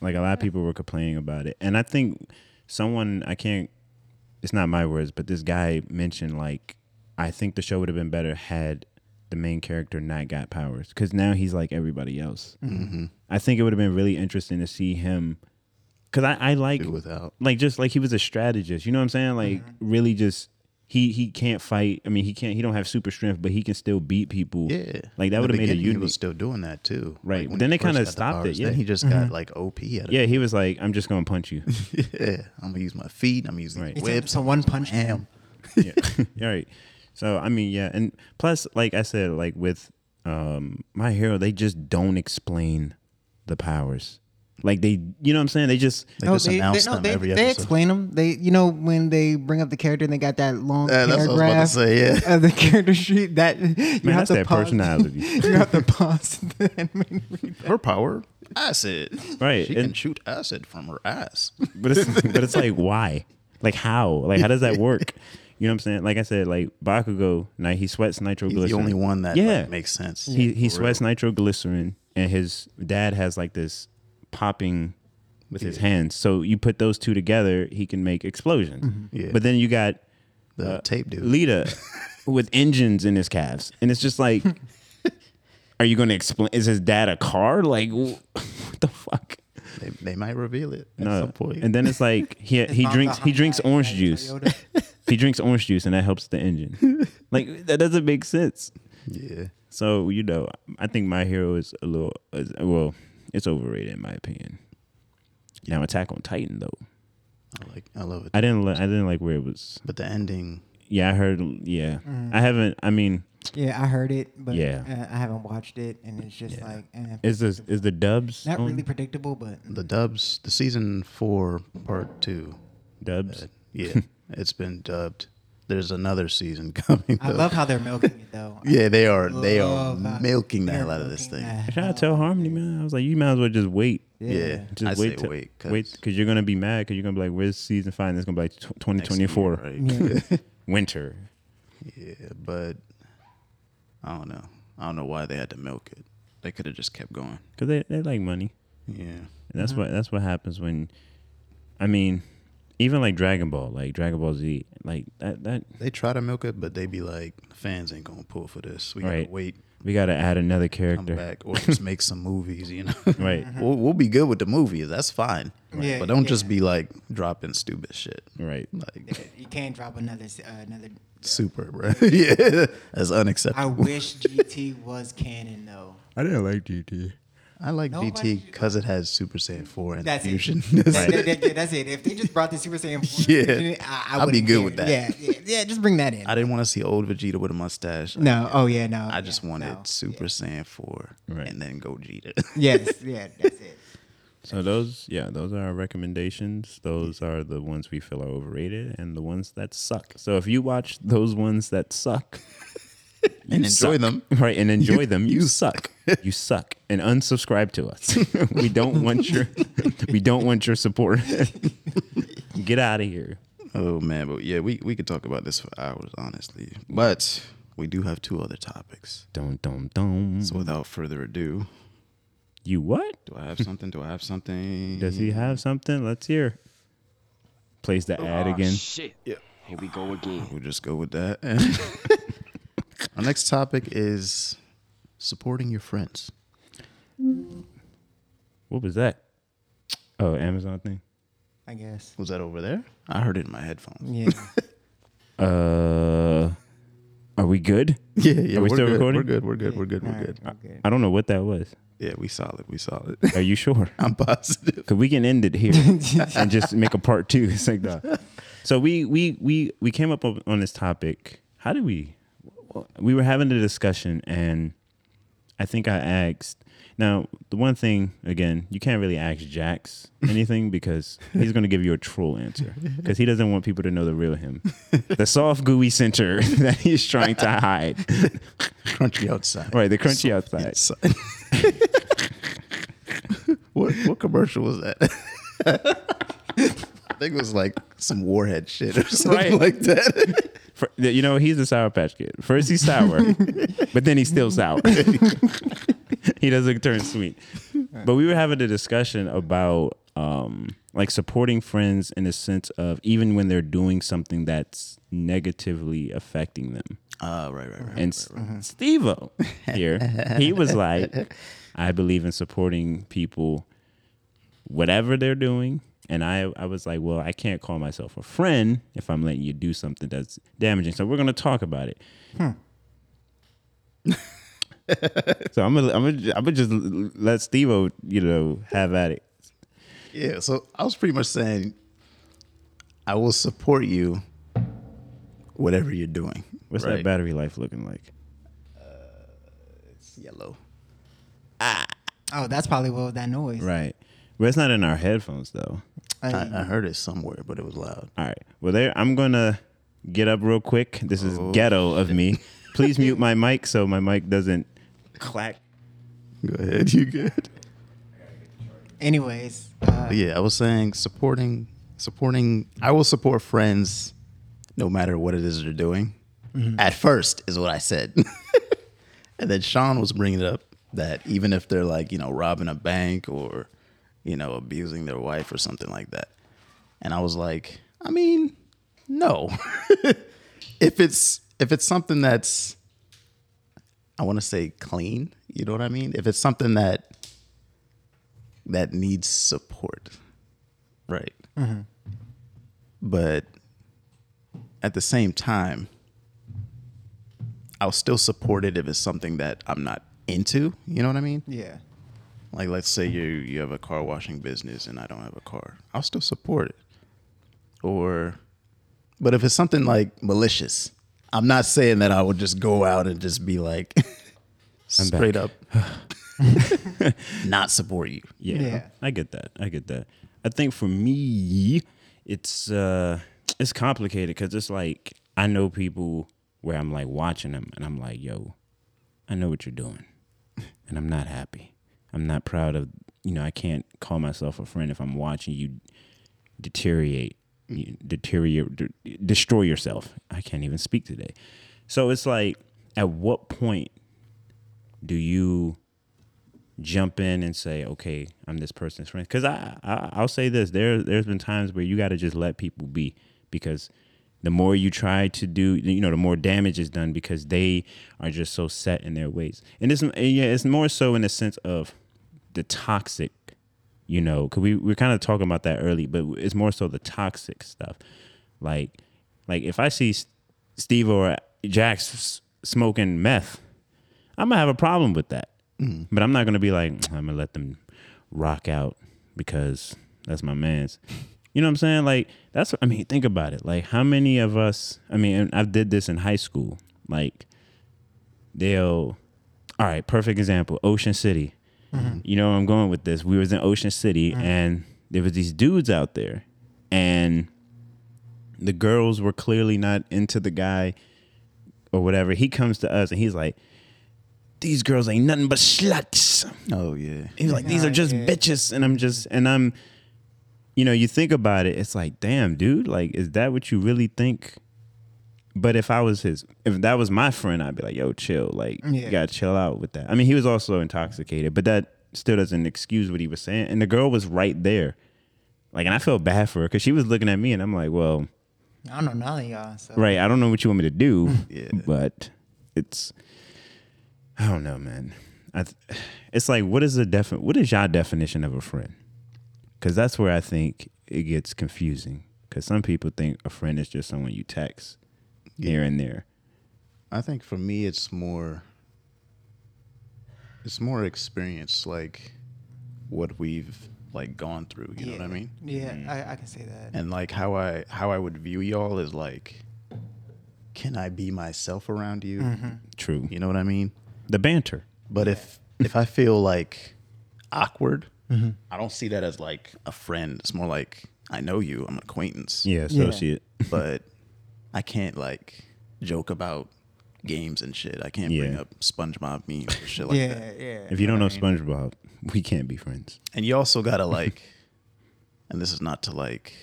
like a lot of people were complaining about it, and I think someone I can't. It's not my words, but this guy mentioned like, I think the show would have been better had the main character not got powers because now he's like everybody else. I think it would have been really interesting to see him because I, I like Do without. like just like he was a strategist. You know what I'm saying? Like Mm-hmm. really just he he can't fight. I mean he can't he don't have super strength, but he can still beat people. Yeah, Like that In would have made the a beginning, He unique. was still doing that too, Right. when Then he they kinda first got the stopped it, powers, Then yeah. Mm-hmm. he just got like OP. Out of yeah, it. he was like, I'm just gonna punch you. yeah. I'm gonna use my feet. I'm gonna use these Right. It's a, whips. it's a one punch Damn. man. yeah. All right. So I mean, yeah, and plus, like I said, like with um my hero, they just don't explain the powers. Like they, you know what I'm saying? They just They just announce them they, every they episode. explain them. They, you know, when they bring up the character and they got that long Yeah, Uh, that's paragraph what I was about to say, yeah. of the character sheet, that you man, have that's to that pause. personality, You have to pause the anime and read that. Her power, acid. right? She can and shoot acid from her ass. but it's but it's like why? Like how? Like how does that work? You know what I'm saying? Like I said, like Bakugo, like he sweats nitroglycerin. He's the only one that yeah like, makes sense. He he For sweats nitroglycerin, and his dad has like this popping with his hands. So you put those two together, he can make explosions. Mm-hmm. Yeah. But then you got real. uh, the tape dude. Lita with engines in his calves, and it's just like, are you going to explain? Is his dad a car? Like, wh- what the fuck? they, they might reveal it at No. some point. And then it's like he he Mount drinks he Tahani drinks Hyde orange by juice. Toyota. he drinks orange juice, and that helps the engine. like that doesn't make sense. yeah, So you know, I think my hero is a little is, well. It's overrated in my opinion. Now Attack on Titan though, I like I love it. I didn't li- I didn't like where it was. but the ending, Yeah, I heard. Yeah, Mm. I haven't. I mean, Yeah, I heard it, but Yeah. uh, I haven't watched it, and it's just like eh, is this is the dubs not on? really predictable, but the dubs, the season four part two. Uh, dubs? Yeah, it's been dubbed. There's another season coming. I though. love how they're milking it though. Yeah, they are. Oh, They are Love that. milking the They're hell out of this milking thing. that. I tried to tell Harmony man. I was like, you might as well just wait. Yeah, Just I wait. say till- wait. Cause wait, because you're gonna be mad. Because you're gonna be like, where's season five? And it's gonna be like tw- 2024 right? winter. yeah, but I don't know. I don't know why they had to milk it. They could have just kept going. Because they they like money. Yeah. And that's what that's what happens when, I mean, even like Dragon Ball, like Dragon Ball Z, like that that They try to milk it, but they be like, fans ain't gonna pull for this. We Right. gotta wait, we gotta add another come character, back, or just make some movies. You know, right? we'll, we'll be good with the movies. That's fine. Uh-huh. Yeah, but don't yeah. just be like dropping stupid shit. Right. Like You can't drop another s- uh, another. super, bro. yeah, that's I unacceptable. wish GT was canon though. I didn't like GT. I, like Nobody- GT because it has Super Saiyan four and That's fusion. it. That- that- that- yeah, that's it. If they just brought the Super Saiyan, 4, Yeah. I, I I'd be wouldn't good care. with that. Yeah, yeah, yeah, just bring that in. I didn't want to see old Vegeta with a mustache. Like, no, oh yeah, no. I just yeah, wanted no. Super Saiyan 4 Right. and then Gogeta. Yes, yeah, that's it. So those, yeah, those are our recommendations. Those are the ones we feel are overrated, and the ones that suck. So if you watch those ones that suck, and enjoy suck. them. right, and enjoy them, you suck. You suck, and unsubscribe to us. we don't want your, we don't want your support. Get out of here. Oh, man. But yeah, we, we could talk about this for hours, honestly. But we do have two other topics. Dum dum dum. So without further ado, You what? do I have something? Do I have something? Does he have something? Let's hear. Plays the ad Aw, again. shit. Here we go again. We'll just go with that. Our next topic is supporting your friends. What was that? Oh, Amazon thing. I guess. Was that over there? I heard it in my headphones. Yeah. Uh, are we good? Yeah, yeah. Are we we're still good. recording? We're good. We're good. We're good. We're Alright, good. we're good. I don't know what that was. Yeah, we solid. We solid. Are you sure? I'm positive. Cause we can end it here and just make a part two. It's like that. So we we we we came up on this topic. How did we? We were having a discussion, and I think I asked. Now the one thing again, you can't really ask Jax anything because he's going to give you a troll answer because he doesn't want people to know the real him, the soft gooey center that he's trying to hide. Crunchy outside. Right, the crunchy outside. outside. what what commercial was that? I think it was like some warhead shit or something Right. like that. Fir- you know, he's a sour patch kid. First he's sour, but then he's still sour. he doesn't turn sweet. But we were having a discussion about um, like supporting friends in a sense of even when they're doing something that's negatively affecting them. Ah, right, right, right. And Steve O here, he was like, I believe in supporting people, whatever they're doing. And I, I was like, well, I can't call myself a friend if I'm letting you do something that's damaging. So we're going to talk about it. Hmm. so I'm going to I'm gonna, I'm gonna just let Steve O, you know, have at it. Yeah, so I was pretty much saying, I will support you, whatever you're doing. What's that right? battery life looking like? It's yellow. Oh, that's probably what that noise. Right. Well, it's not in our headphones, though. I, I heard it somewhere, but it was loud. All right. Well, there. I'm gonna get up real quick. This is ghetto of me. Please mute my mic so my mic doesn't clack. Go ahead, you good? Anyways, uh, But yeah, I was saying supporting, supporting. I will support friends, no matter what it is they're doing. At first, is what I said, and then Sean was bringing it up that even if they're like you know robbing a bank or you know abusing their wife or something like that, and I was like, I mean, no. if it's if it's something that's I want to say clean, you know what I mean? If it's something that that needs support, right? But at the same time, I'll still support it if it's something that I'm not into. You know what I mean? yeah, Like, let's say you you have a car washing business and I don't have a car, I'll still support it. Or, but if it's something like malicious, I'm not saying that I would just go out and just be like straight up not support you. Yeah, Yeah. I get that. I get that. I think for me, it's uh, it's complicated because it's like I know people where I'm like watching them and I'm like, yo, I know what you're doing, and I'm not happy. I'm not proud of you know. I can't call myself a friend if I'm watching you deteriorate, you deteriorate, de- destroy yourself. I can't even speak today. So it's like, at what point do you? jump in and say, "Okay, I'm this person's friend." Because I, I I'll say this: there there's been times where you got to just let people be because the more you try to do, you know, the more damage is done because they are just so set in their ways. And it's and yeah, it's more so in the sense of the toxic, you know, because we we are kind of talking about that early, but it's more so the toxic stuff, like like if I see S- Steve or Jax s- smoking meth. I'm gonna have a problem with that. But I'm not gonna be like, I'm gonna let them rock out because that's my man's. You know what I'm saying? Like that's I mean, think about it. Like how many of us I mean, and I did this in high school. Like they'll all right, perfect example, Ocean City. You know where I'm going with this. We was in Ocean City and there was these dudes out there and the girls were clearly not into the guy or whatever. He comes to us and he's like, these girls ain't nothing but sluts. Oh yeah. He's like, these are just bitches. And I'm just, and I'm, you know, you think about it, it's like, damn, dude, like, is that what you really think? But if I was his, if that was my friend, I'd be like, yo, chill. Like, you Yeah. gotta chill out with that. I mean, he was also intoxicated, but that still doesn't excuse what he was saying. And the girl was right there. Like, and I felt bad for her because she was looking at me and I'm like, well, I don't know none of y'all. So Right. I don't know what you want me to do, Yeah. but it's I don't know, man. I th- it's like what is the defi- what is your definition of a friend? Cuz that's where I think it gets confusing cuz some people think a friend is just someone you text here and there. I think for me it's more it's more experience like what we've like gone through, you know what I mean? Mm-hmm. Yeah, I, I can say that. And like how I how I would view y'all is like can I be myself around you? True. You know what I mean? The banter. But if if I feel like awkward, I don't see that as like a friend. It's more like I know you, I'm an acquaintance. Yeah, associate. but I can't like joke about games and shit. I can't bring Yeah. up SpongeBob memes or shit like yeah, that. yeah. If you don't know SpongeBob, we can't be friends. And you also gotta like, and this is not to like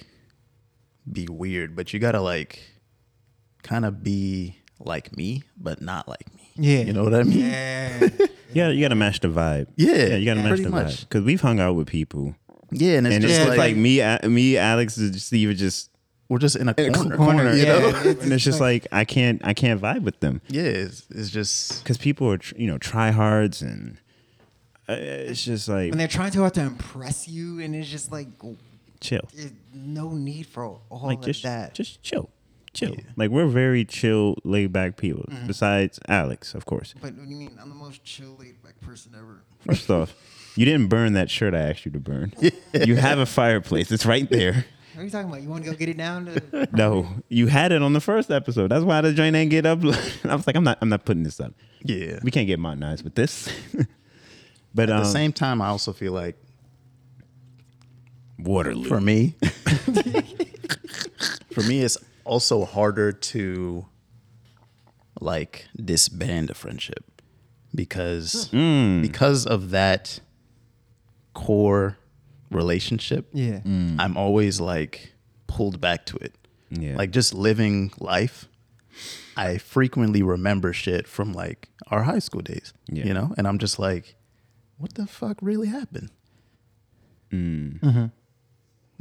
be weird, but you gotta like kind of be like me, but not like me. Yeah. You know what I mean? Yeah. Yeah, you gotta match the vibe. Yeah, you gotta match pretty the much. vibe because we've hung out with people, Yeah, and it's and it's just just like, like, me, A- me, Alex, and Steve are just we're just in a in a corner. corner, you yeah. know? It's- and it's just like I can't, I can't vibe with them Yeah, it's, it's just because people are, tr- you know, tryhards, and uh, it's just like When they're trying too hard to impress you, and it's just like chill. there's no need for all like of just that. just chill chill like we're very chill laid back people besides alex of course but what do you mean? I'm the most chill, laid back person ever. first off you didn't burn that shirt i asked you to burn you have a fireplace it's right there What are you talking about? You want to go get it down? To, no you had it on the first episode that's why the joint ain't get up i was like i'm not i'm not putting this up yeah. we can't get monetized with this but At um, the same time, I also feel like waterloo for me, for me, it's also harder to like disband a friendship because Hmm. because of that core relationship. Yeah. Mm. I'm always like pulled back to it. Yeah. Like just living life. I frequently remember shit from like our high school days, Yeah. you know, and I'm just like, what the fuck really happened? Mm.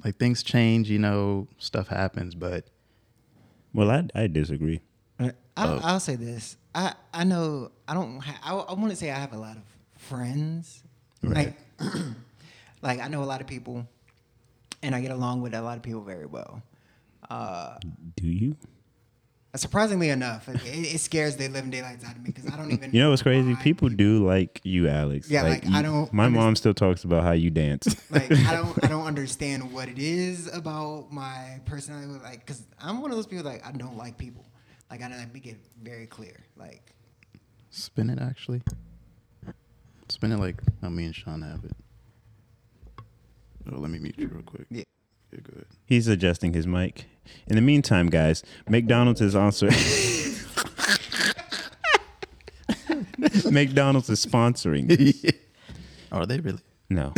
Like things change, you know, stuff happens, but well i i disagree Oh. I'll, I'll say this. I I know I don't. Ha- I I want to say I have a lot of friends. Like, like I know a lot of people, and I get along with a lot of people very well. do you Surprisingly enough, it, it it scares the living daylights out of me because I don't even. you know what's crazy why. people do like you alex Yeah, like, I you- don't my mom understand- still talks about how you dance like I don't I don't understand what it is about my personality like because I'm one of those people like I don't like people like I don't like, make it very clear like spin it actually. Spin it like how me and Sean have it. Oh, let me mute you real quick. Yeah. You're good. He's adjusting his mic. In the meantime, guys, McDonald's is also McDonald's is sponsoring. this. Are they really? No,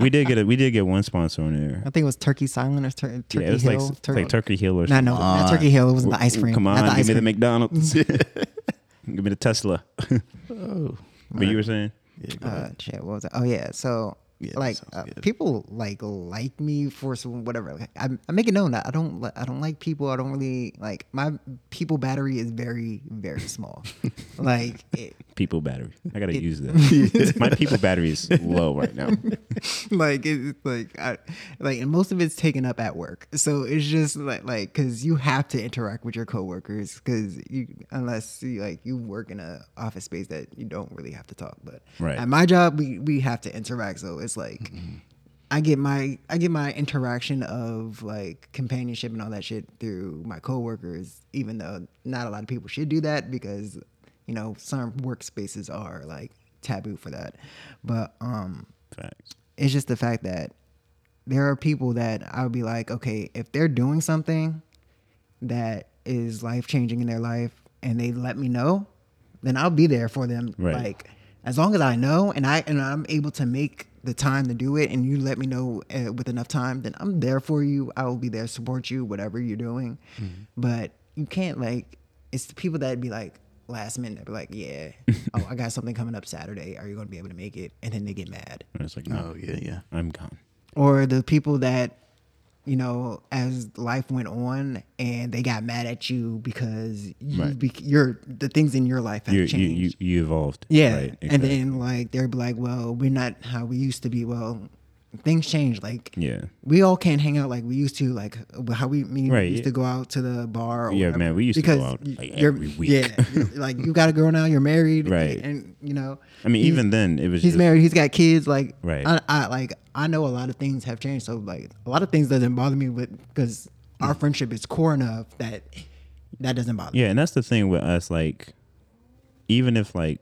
we did get a, we did get one sponsor on there. I think it was Turkey Silent or tur- Turkey Yeah, it was like, Hill. Turkey. like Turkey Hill or Nah, something. no, not Turkey Hill. It was the ice cream. Come on, not the give ice me the cream. McDonald's. give me the Tesla. oh, but you were saying Yeah, go uh, ahead. shit, what was it? Oh yeah, so Yeah, that like sounds uh, good. people like like me for some whatever. Like, I, I make it known that I don't li- I don't like people. I don't really like my people battery is very very small. like it, people battery. I gotta use that. My people battery is low right now. like it's like I, like and most of it's taken up at work. So it's just like like because you have to interact with your coworkers because you unless you like you work in a office space that you don't really have to talk. But Right. at my job we we have to interact. So it's like. I get my I get my interaction of like companionship and all that shit through my coworkers, even though not a lot of people should do that because you know some workspaces are like taboo for that. But um Facts. it's just the fact that there are people that I would be like, okay, if they're doing something that is life changing in their life and they let me know, then I'll be there for them. Right. Like as long as I know and I and I'm able to make the time to do it, and you let me know uh, with enough time, then I'm there for you. I will be there, support you, whatever you're doing. But you can't like it's the people that be like last minute, be like, yeah, oh, I got something coming up Saturday. Are you gonna be able to make it? And then they get mad I was like, no, Oh yeah, yeah. I'm gone. or the people that you know as life went on and they got mad at you because you Right. bec you're the things in your life have You you changed you you evolved. yeah Right, and exactly. then like they're like well we're not how we used to be well things change like yeah. we all can't hang out like we used to like how we, me and you Right, used yeah. to go out to the bar or Yeah, whatever. man, we used to go because out, you- like, you're- every week. yeah you're- like you got a girl now you're married Right. and you know I mean, he's- even then, it was he's just, married he's got kids like Right. I, I like i know a lot of things have changed so like a lot of things doesn't bother me with because our Mm. friendship is core enough that that doesn't bother Yeah, and that's the thing with us. Like, even if like,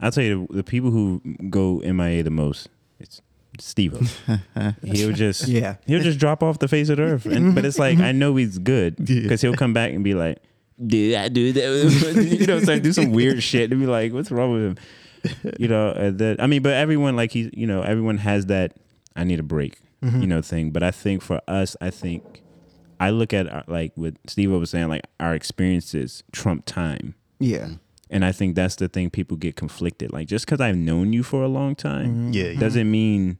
I'll tell you, the, the people who go MIA the most, it's Steve. he'll just Yeah. he'll just drop off the face of the earth. And, but it's like I know he's good because he'll come back and be like, "Did I do that?" you know, it's like do some weird shit and be like, "What's wrong with him?" You know, uh, that I mean, but everyone like he's you know everyone has that I need a break, you know, thing. But I think for us, I think I look at uh, like what Steve was saying, like our experiences trump time. Yeah. And I think that's the thing people get conflicted. Like just because I've known you for a long time, Yeah. doesn't mean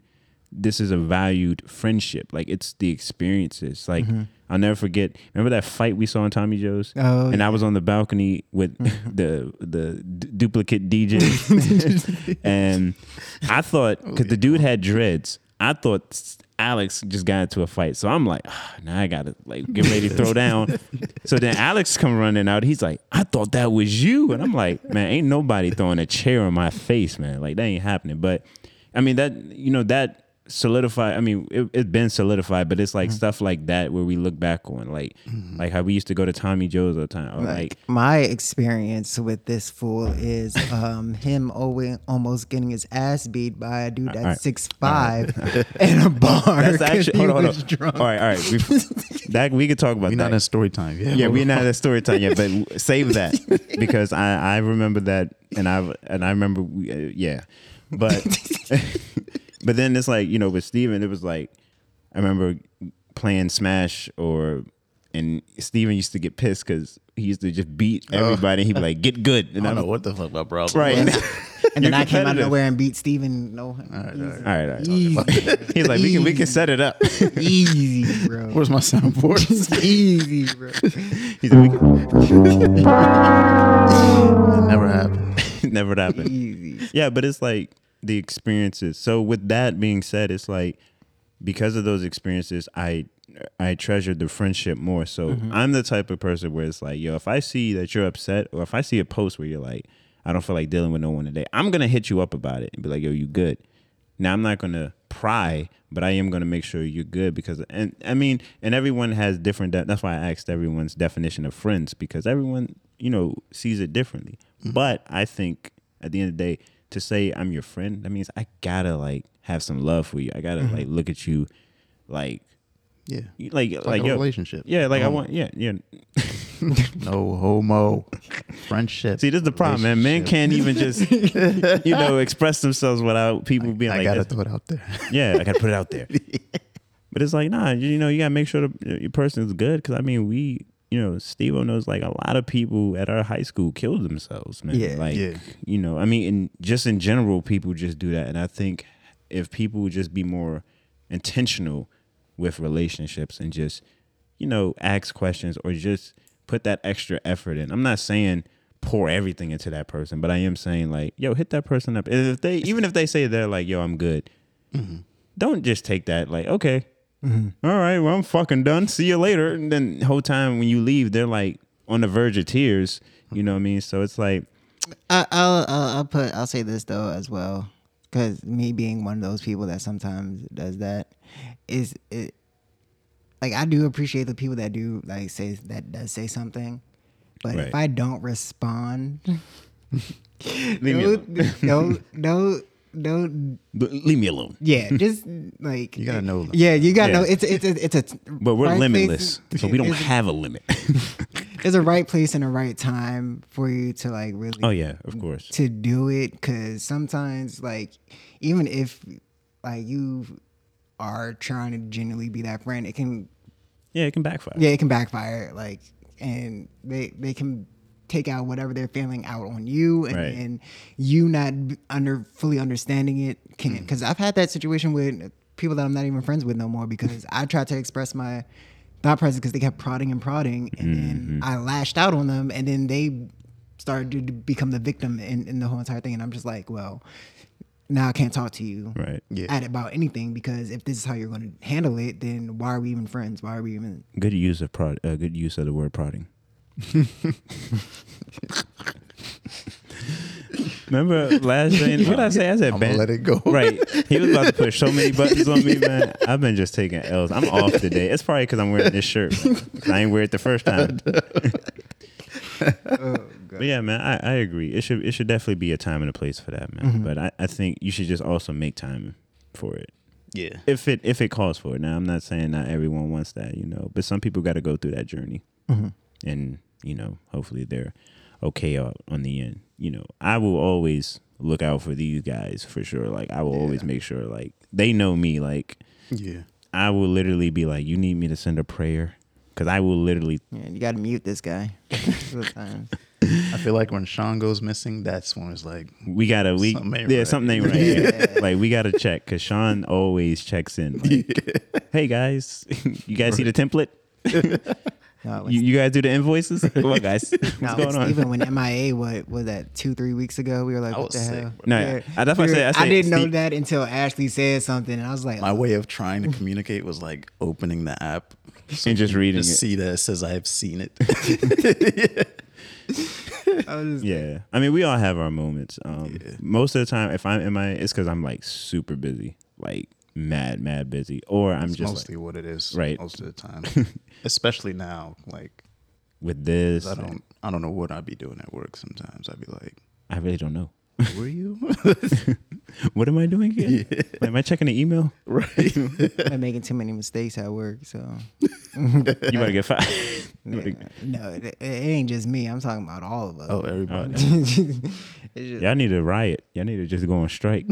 this is a valued friendship. Like it's the experiences. Like I'll never forget. Remember that fight we saw in Tommy Joe's? Oh, and I was on the balcony with the the d- duplicate DJ, and I thought because the dude had dreads, I thought. s- Alex just got into a fight, so I'm like, "Ah, now I gotta like get ready to throw down. so then Alex come running out. He's like, I thought that was you, and I'm like, man, ain't nobody throwing a chair in my face, man. Like that ain't happening. But I mean that you know that solidified. I mean it, it's been solidified, but it's like stuff like that where we look back on like like how we used to go to Tommy Joe's all the time. Or like, Like my experience with this fool is um, him always almost getting his ass beat by a dude that's right. six five in a bar. that's 'cause actually he hold on, hold was on. drunk. All right, all right. We, that we could talk about We're that. not in story time. yeah, Yeah. hold we're on. not at story time yet, but w- save that because I, I remember that and I and I remember we, uh, yeah, but but then it's like you know with Steven, it was like I remember playing Smash or and Steven used to get pissed because he used to just beat everybody. He'd be like, "Get good," and Oh. I don't I'm know what the fuck my problem right. was. And then You're I came out of competitive. nowhere and beat Steven. No, All right, all right. easy, He's like, "We can we can set it up." easy, bro. Where's my soundboard? easy, bro. He's like, "We can- Never happened. "Never happened." Easy. Yeah, but it's like the experiences. So with that being said, it's like because of those experiences, I I treasure the friendship more. So I'm the type of person where it's like, yo, if I see that you're upset, or if I see a post where you're like, I don't feel like dealing with no one today, I'm gonna hit you up about it and be like, yo, you good. Now I'm not gonna pry, but I am gonna make sure you're good because and I mean, and everyone has different. De- that's why I asked everyone's definition of friends because everyone you know sees it differently. But I think at the end of the day, to say I'm your friend, that means I gotta like have some love for you. I gotta Mm-hmm. like look at you, like Yeah. you- like like, a yo, relationship. Yeah, like I Um, want. Yeah, yeah. No homo. Friendship. See, this is the problem, man. Men relationship. can't even just you know express themselves without people being I like, gotta "That's throw it out there. yeah, I gotta put it out there. But it's like, nah, you, you know, you gotta make sure the your person's good. Cause I mean, we, you know, Steve knows like a lot of people at our high school killed themselves, man. Yeah. Like, Yeah. you know, I mean, and just in general, people just do that. And I think if people would just be more intentional with relationships and just, you know, ask questions or just put that extra effort in. I'm not saying pour everything into that person, but I am saying like, yo, hit that person up. And if they, even if they say they're like, yo, I'm good, don't just take that like okay all right well i'm fucking done see you later and then the whole time when you leave they're like on the verge of tears you know what i mean so it's like I, I'll, I'll I'll put I'll say this though as well, because me being one of those people that sometimes does that is it. Like I do appreciate the people that do like say that does say something, but Right. if I don't respond, leave me alone don't don't don't don't But leave me alone yeah, just like You gotta know them. Yeah, you gotta Yeah. know it's it's a, it's a but we're right place- limitless so we don't it's- have a limit there's a right place and a right time for you to like really oh yeah of course to do it because sometimes like even if like you are trying to genuinely be that friend it can yeah it can backfire yeah it can backfire like and they they can take out whatever they're feeling out on you and, Right. and you not b- under fully understanding it can Mm. because i've had that situation with people that i'm not even friends with no more because i tried to express my thought process because they kept prodding and prodding and then Mm-hmm. i lashed out on them and then they started to become the victim in, in the whole entire thing and i'm just like well now i can't talk to you right Yeah. at about anything because if this is how you're going to handle it then why are we even friends why are we even good use of prod uh, good use of the word prodding Remember last day? What did I say? I said, I'ma ban- let it go. Right. He was about to push so many buttons on me, man. I've been just taking L's. I'm off today. It's probably because I'm wearing this shirt. man. 'Cause I ain't wear it the first time. Oh, But yeah, man, I, I agree. It should it should definitely be a time and a place for that, man. Mm-hmm. But I, I think you should just also make time for it Yeah. if it if it calls for it. Now I'm not saying not everyone wants that, you know, but some people got to go through that journey, Mm-hmm. and you know, hopefully they're okay out on the end. You know, I will always look out for these guys for sure. Like I will always make sure like they know me. Like Yeah. I will literally be like, you need me to send a prayer. because I will literally. Yeah, you got to mute this guy. Sometimes. I feel like when Sean goes missing, that's when it's like, We gotta we Something ain't yeah right. something ain't right. Like we gotta check because Sean always checks in. Like, hey guys, you guys see the template? No, when- You, you guys do the invoices? What guys? What's no, going on? Even when MIA what was that two three weeks ago, we were like, I "What was the sick, hell?" bro. No, yeah. I- that's why I We said- I said didn't know Steve- that until Ashley said something, and I was like, my way of trying to communicate was like opening the app so And just you reading just it. see that it says I have seen it. "Oh, I was just- Yeah, I mean, we all have our moments. Um, Most of the time, if I'm in my, it's because I'm like super busy, like mad, mad busy, or I'm just like, mostly what it is, Right. Most of the time, especially now, like with this. I don't, I don't know what I'd be doing at work. Sometimes I'd be like, I really don't know. "Were you What am I doing here? Am I checking the email? right?" I'm making too many mistakes at work, so You about to get fired? yeah. no, it, it ain't just me. I'm talking about all of us. Oh, everybody. It's just- Y'all need to riot. Y'all need to just go on strike.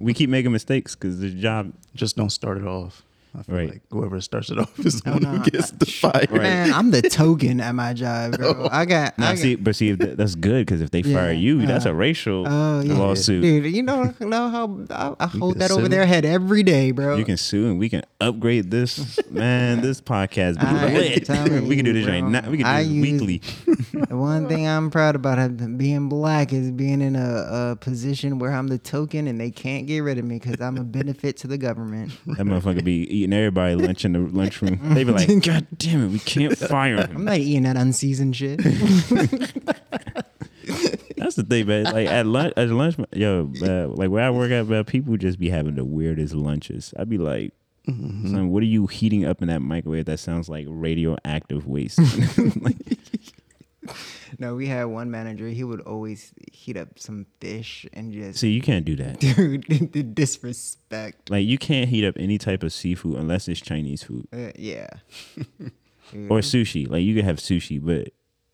we keep making mistakes because the job. Just don't start it off. I feel Right. like whoever starts it off is the Oh, one no, who gets the fire. Man, I'm the token at my job, bro. I got, Now, I got see, but see, that- that's good because if they Yeah. fire you, that's a racial oh, yeah. lawsuit. dude. You know, know how I, I hold can that over sue. their head every day, bro. You can sue and we can upgrade this. Man, this podcast be I am lit. telling we can do you, this right bro. now. We I can do this use- weekly. The one thing I'm proud about of being black is being in a, a position where I'm the token and they can't get rid of me because I'm a benefit to the government. That motherfucker be eating everybody lunch in the lunchroom. They be like, God damn it, we can't fire I'm him. not eating that unseasoned shit. That's the thing, man. Like at lunch, at lunch, yo, uh, like where I work at, man, people just be having the weirdest lunches. I'd be like, Mm-hmm. son, what are you heating up in that microwave? That sounds like radioactive waste. Like, no, we had one manager. He would always heat up some fish and just see, you can't do that. dude the disrespect. Like you can't heat up any type of seafood unless it's Chinese food. Uh, yeah, or Mm-hmm. sushi. Like you could have sushi, but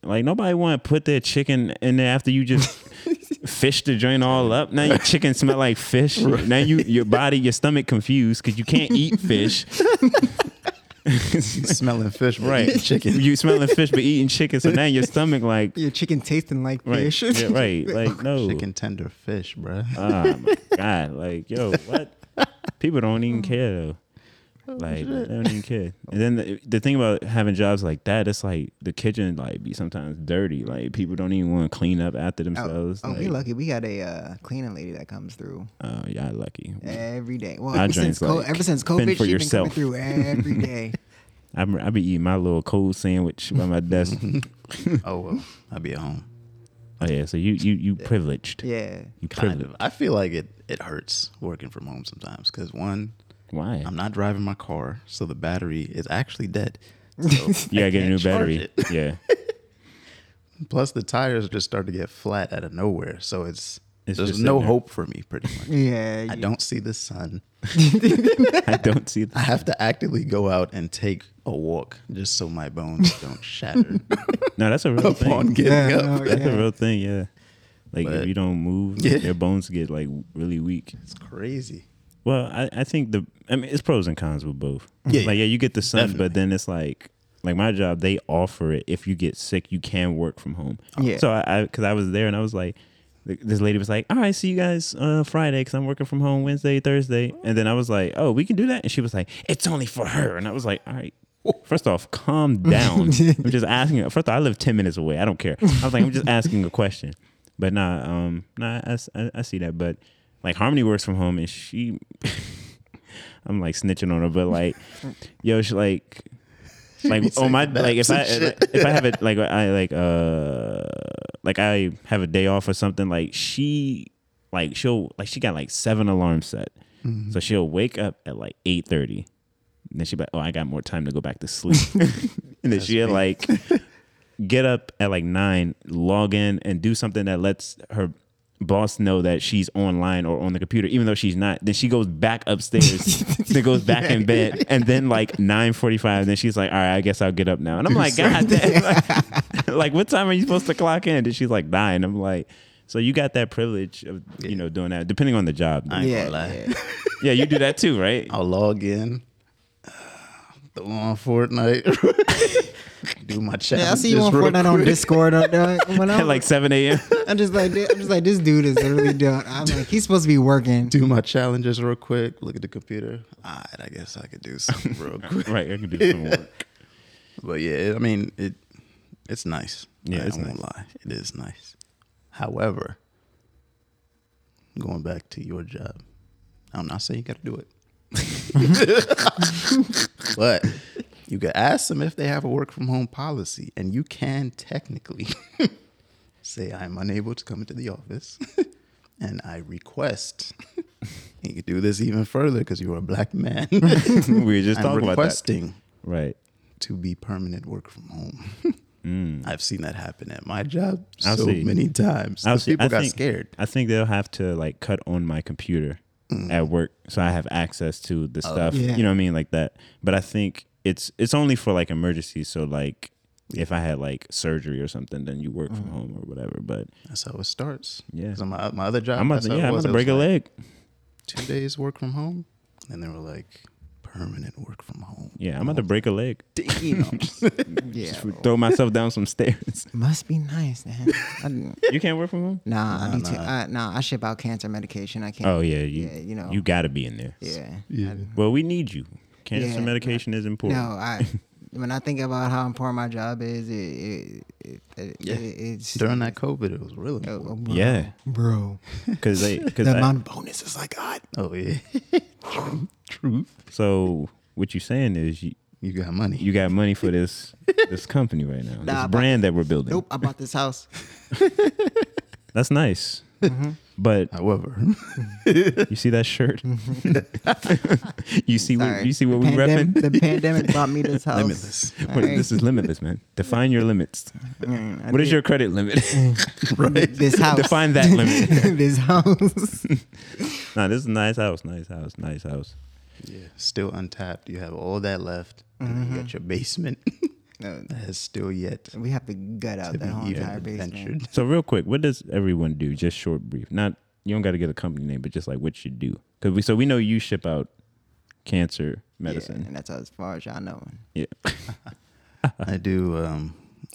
like nobody want to put their chicken in there after you just fish the joint all up. Now your chicken smell like fish. Now you your body, your stomach confused because you can't eat fish. Smelling fish, but Right, eating Chicken. You smelling fish but eating chicken, so now your stomach like your chicken tasting like right, fish. yeah, right, like no, Chicken tender fish, bruh. oh my god, like yo, what? People don't even care though. Like they don't even care. And then the, the thing about having jobs like that, it's like the kitchen like be sometimes dirty. Like people don't even want to clean up after Oh, themselves. oh, like, we lucky. We got a uh, cleaning lady that comes through. Oh, y'all lucky. Every day. Well, I ever drank, since, co- like, ever since fend COVID, for she's been coming yourself. through every day. I I be eating my little cold sandwich by my desk. Oh well, I'll be at home. oh yeah, so you you you privileged. Yeah. You Kind privileged. of. I feel like it it hurts working from home sometimes because one, Why? I'm not driving my car, so the battery is actually dead. So you gotta get a I can't new charge battery. it. yeah. Plus, the tires just start to get flat out of nowhere. So it's, It's there's just no sitting there. hope for me, pretty much. Yeah. I you- don't see the sun. I don't see that. I have to actively go out and take a walk just so my bones don't shatter No, that's a real thing. upon getting Yeah, up. no, That's yeah. a real thing, yeah. Like if But- you don't move, Yeah. your bones get like really weak. It's crazy. Well, I, I think the I mean it's pros and cons with both. Yeah, like yeah, you get the sun, definitely. but then it's like like my job, they offer it. If you get sick, you can work from home. Yeah. So I because I, was there and I was like, th- this lady was like, all right, see you guys uh, Friday because I'm working from home Wednesday, Thursday, and then I was like, oh, we can do that, and she was like, it's only for her, and I was like, all right. First off, calm down. I'm just asking. First, off, I live ten minutes away. I don't care. I was like, I'm just asking a question. But nah, um, nah, I, s- I- I see that. But like, Harmony works from home, and she I'm like snitching on her, but like, yo, she like, like oh my, like if I if I have it like I like uh like I have a day off or something, like she like she'll like she got like seven alarms set, so she'll wake up at like eight thirty, and then she will be like, oh, I got more time to go back to sleep, and then she'll like get up at like nine, log in, and do something that lets her boss know that she's online or on the computer, even though she's not. Then she goes back upstairs, then goes back in bed, and then like nine forty-five. Then she's like, "All right, I guess I'll get up now." And I'm like, "God damn!" Like, like, what time are you supposed to clock in? And she's like, nine. I'm like. So you got that privilege of you know doing that, depending on the job. I ain't Yeah, gonna lie. yeah. yeah, you do that too, right? I'll log in. uh, throw on Fortnite, do my challenges. Yeah, I see you on real Fortnite on quick. Discord. I'm, when I'm, At like 7 a.m. I'm just like, I'm just like, this dude is literally doing. I'm like, he's supposed to be working. Do my challenges real quick. Look at the computer. All right, I guess I could do something real quick. right, I can do some work. But yeah, I mean it. It's nice. Yeah, I, it's I won't nice. lie. It is nice. However, going back to your job, I'm not saying you got to do it, but you could ask them if they have a work from home policy, and you can technically say I am unable to come into the office, and I request. You could do this even further because you're a black man. we were just talking I'm about that. requesting Right. to be permanent work from home. I've seen that happen at my job Mm. I so see. many times. I 'cause see- people I got think- scared. I think they'll have to like cut on my computer Mm. at work, so I have access to the Oh, stuff. Yeah. You know what I mean, like that. But I think it's it's only for like emergencies. So like, if I had like surgery or something, then you work Mm. from home or whatever. But That's how it starts. Yeah. 'Cause my, my other job, I'm about that's to, how yeah, it I'm was. about to It was break a like leg. Two days work from home, and they were like permanent work from home. Yeah, I'm about to break a leg. Oh. Damn. Yeah, Throw myself down some stairs. must be nice, man. I- You can't work from home. nah, I need to. I, nah, I ship out cancer medication. I can't. Oh yeah, you, Yeah, you know. you got to be in there. yeah. Well, we need you. Cancer Yeah. medication is important. No, I. When I think about how important my job is, it, it, it, it it's During that COVID, it was really. Oh, important. bro. Yeah, bro. because they because The amount of bonuses I got. Oh, yeah. Truth. so what you saying is you, You got money. you got money for this this company right now, Nah, this but- brand that we're building. Nope, I bought this house. That's nice. Mm-hmm. But However, you see that shirt? you see Mm-hmm. Sorry. what you see what we Pandem- repping? The pandemic bought me this house. limitless. All What- right. This is limitless, man. Define your limits. Mm, I What is did your credit limit? right? this house? Define that limit. this house. nah, this is a nice house, nice house, nice house. Yeah, still untapped. You have all that left. And then you Mm-hmm. got your basement No, that has still yet we have to gut out to that whole be entire even basement. ventured. So real quick, what does everyone do? Just short brief. Not you don't got to get a company name, but just like what you do. Cause we so we know you ship out cancer Yeah, medicine. and that's as far as y'all know. Yeah, I do um,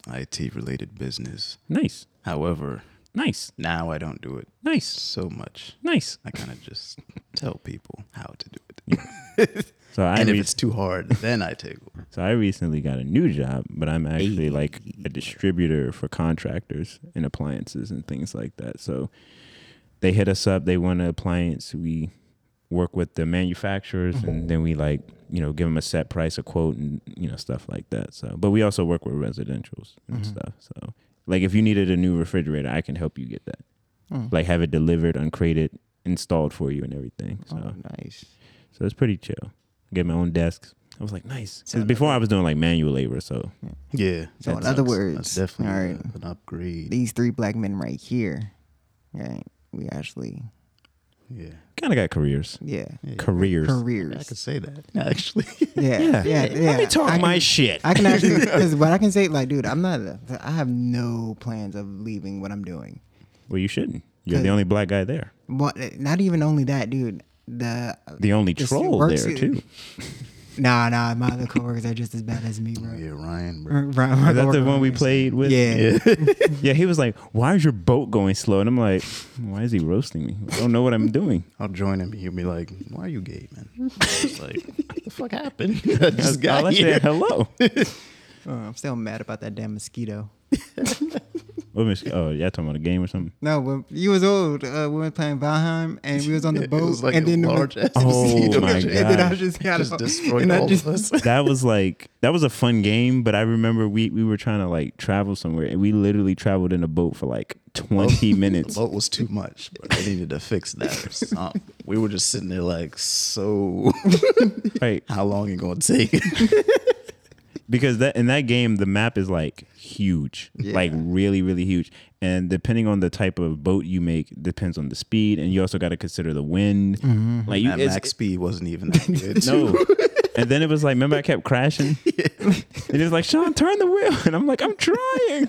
IT related business. nice, However, nice, now I don't do it nice, so much. nice. I kind of just tell people how to do it. So I and if re- it's too hard, then I take over. so I recently got a new job, but I'm actually like a distributor for contractors and appliances and things like that. So they hit us up. They want an appliance. We work with the manufacturers, and then we like you know give them a set price, a quote, and you know stuff like that. So, but we also work with residentials and stuff. So, like if you needed a new refrigerator, I can help you get that. Like have it delivered, uncrated, installed for you, and everything. So Oh, nice. so it's pretty chill. I get my own desk. I was like, nice. 'Cause before I was doing like manual labor, so Yeah. So in that other sucks. words, that's definitely all right. a- an upgrade. These three black men right here, right? We actually, Yeah. kind of got careers. yeah, Careers. I could careers. say that actually. Yeah, yeah, yeah. Let me talk I my can- shit. I can actually, because what I can say, like, dude, I'm not, I have no plans of leaving what I'm doing. well, you shouldn't. You're the Cause- only black guy there. But eh, not even only that, dude. The The only Just troll works there it- too. nah, nah, my other coworkers are just as bad as me, bro. yeah, Ryan. Bro. Right, my Is that the coworker- one we played with? Yeah. Yeah. He was like, "Why is your boat going slow?" And I'm like, "Why is he roasting me? I don't know what I'm doing." I'll join him. He'll be like, "Why are you gay, man?" It's like, what the fuck happened? I just All got I here. said, "Hello." Oh, I'm still mad about that damn mosquito. What mis- oh, y'all talking about a game or something? No, when you was old, uh, we were playing Valheim and we was on the It boat, was like and a then the- large ass Oh mosquito. my And and then I gosh. just got just up, destroyed and I all just- of us. that was like that was a fun game, but I remember we we were trying to like travel somewhere and we literally traveled in a boat for like 20 minutes. The boat was too much, but I needed to fix that. Or something. we were just sitting there like, so Right. how long it gonna take? Because that in that game the map is like huge. Like really really huge. And depending on the type of boat you make depends on the speed and you also got to consider the wind. Like you At it's- Mm-hmm. max speed wasn't even that good. No. and then it was like, remember I kept crashing? And it was like, Sean, turn the wheel. And I'm like, I'm trying.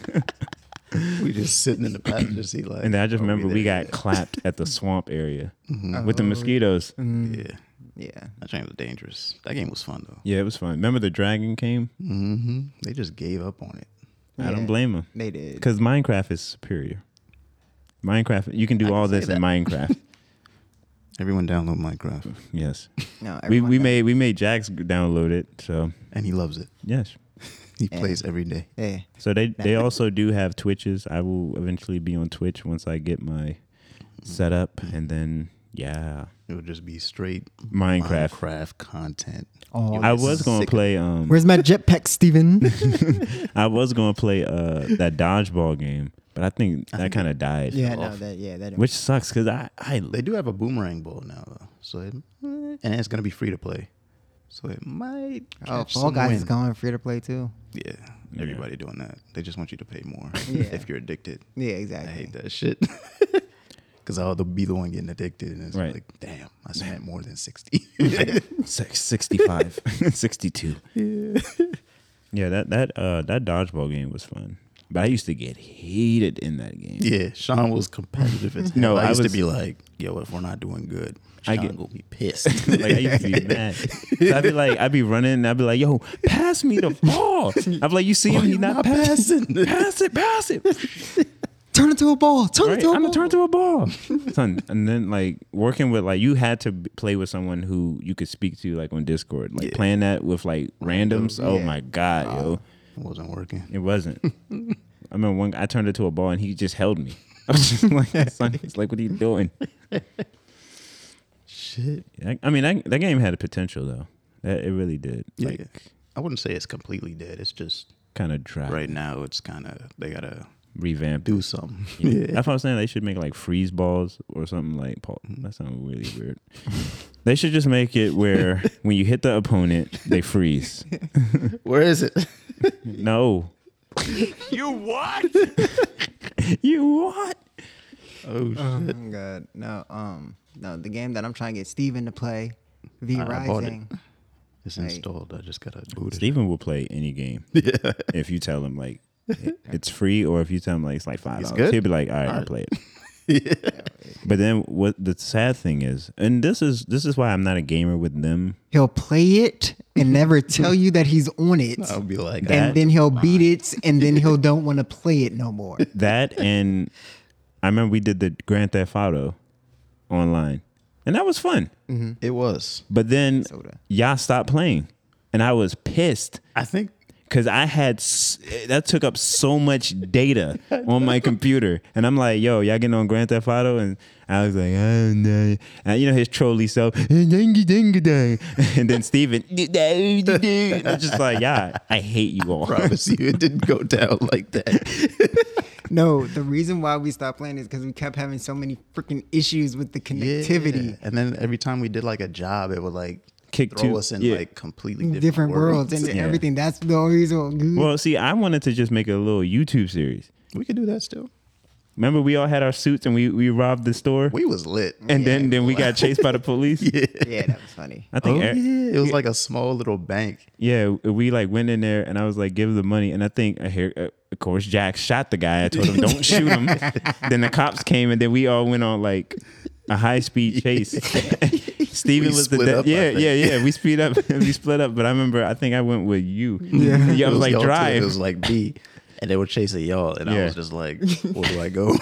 we just sitting in the passenger seat like. And then I just are remember we there Mm-hmm. got clapped at the swamp area with the mosquitoes. yet? Yeah. Yeah. That game was dangerous. That game was fun though. Mm-hmm. Yeah, it was fun. Remember the dragon came? They just gave up on it. I don't blame him. They did. Because Minecraft is superior. Minecraft, you can do all say this in that. Minecraft. Everyone download Minecraft, yes. No, We everyone we got- made we made Jax download it. So and he loves it. yes. He plays every day. Yeah. So they they also do have Twitches. I will eventually be on Twitch once I get my setup, and then yeah, It would just be straight Minecraft. Minecraft content. Oh, I was gonna play um Where's my jetpack, Steven? I was gonna play uh that dodgeball game, but I think that kind of died. yeah, no, that yeah, that Which sucks because I, I They do have a boomerang ball now, though. So it, and it's gonna be free to play. So it might. Oh, catch Fall some Guys is wind. going free to play too. Yeah, everybody doing that. They just want you to pay more if you're addicted. Yeah, I exactly. hate that shit. Cause I'll be the one getting addicted, and it's Right. like, damn, I spent more than sixty. six, 65, 62. Yeah. yeah, that that uh that dodgeball game was fun, but I used to get hated in that game. yeah, Sean was competitive as hell. No, No, I, I used was- to be like, yo, if we're not doing good, I Sean I get- get gonna be pissed. Like I used to be mad. So I'd be like, I'd be running, and I'd be like, "Yo, pass me the ball." I'd be like, "You see him? He's not, passing. pass it, pass it." Turn into a ball. Turn Right? into a I'm ball. gonna turn to a ball, son. And then like working with like you had to b- play with someone who you could speak to like on Discord. Like playing that with like randoms. Oh Yeah. my god, yo, wasn't working. it wasn't. I mean, one I turned it to a ball and he just held me. I was just like, son, he's like, "What are you doing?" Shit. I, I mean, that, that game had a potential though. That, it really did. Yeah. Like, I wouldn't say it's completely dead. It's just kind of dry. right now. It's kind of they gotta Revamped. do something. That's what I was saying. They should make like freeze balls or something like. Paul, Mm-hmm. that sounds really weird. they should just make it where when you hit the opponent, they freeze. Where is it? No. you what? you what? Oh my god. No, um, no, the game that I'm trying to get Steven to play, V I bought it. Rising. It's installed. I just gotta boot it. Steven will play any game if you tell him like it- it's free, or if you tell him like it's like five dollars, good? he'll be like, "All right, I'll play it." But then what? The sad thing is, and this is this is why I'm not a gamer with them. He'll play it and never tell you that he's on it. I'll be like, and then he'll beat it and then he'll don't want to play it no more. That and I remember we did the Grand Theft Auto online, and that was fun. it was. But then y'all stopped playing, and I was pissed I think because I had s- that took up so much data on my computer, and I'm like, "Yo, y'all getting on Grand Theft Auto?" And I was like, "Oh no," and you know his trolly self, "Dingy, dingy, dang." and then Steven, it's just like, "Yeah, I hate you all." promise you it didn't go down like that. No, the reason why we stopped playing is because we kept having so many freaking issues with the connectivity. Yeah. And then every time we did like a job, it would like Kick throw to- us in yeah. like completely Different, different, worlds, and Yeah. everything. That's the only reason. Well, see, I wanted to just make a little YouTube series. we could do that still. Remember, we all had our suits and we we robbed the store, We was lit. and then then we got chased by the police. yeah, that was funny. I think Oh, e- yeah. It was like a small little bank. Yeah, we like went in there, and I was like, "Give the money." And I think, I hear, uh, of course, Jack shot the guy. I told him, "Don't shoot him." then the cops came, and then we all went on like a high speed chase. Steven We was the split de- up, I yeah, think. yeah, yeah. We speed up, we split up. But I remember, I think I went with you. Yeah, I It was, like, y'all two, drive. It was like B. And they were chasing y'all, and Yeah. I was just like, "Where do I go?"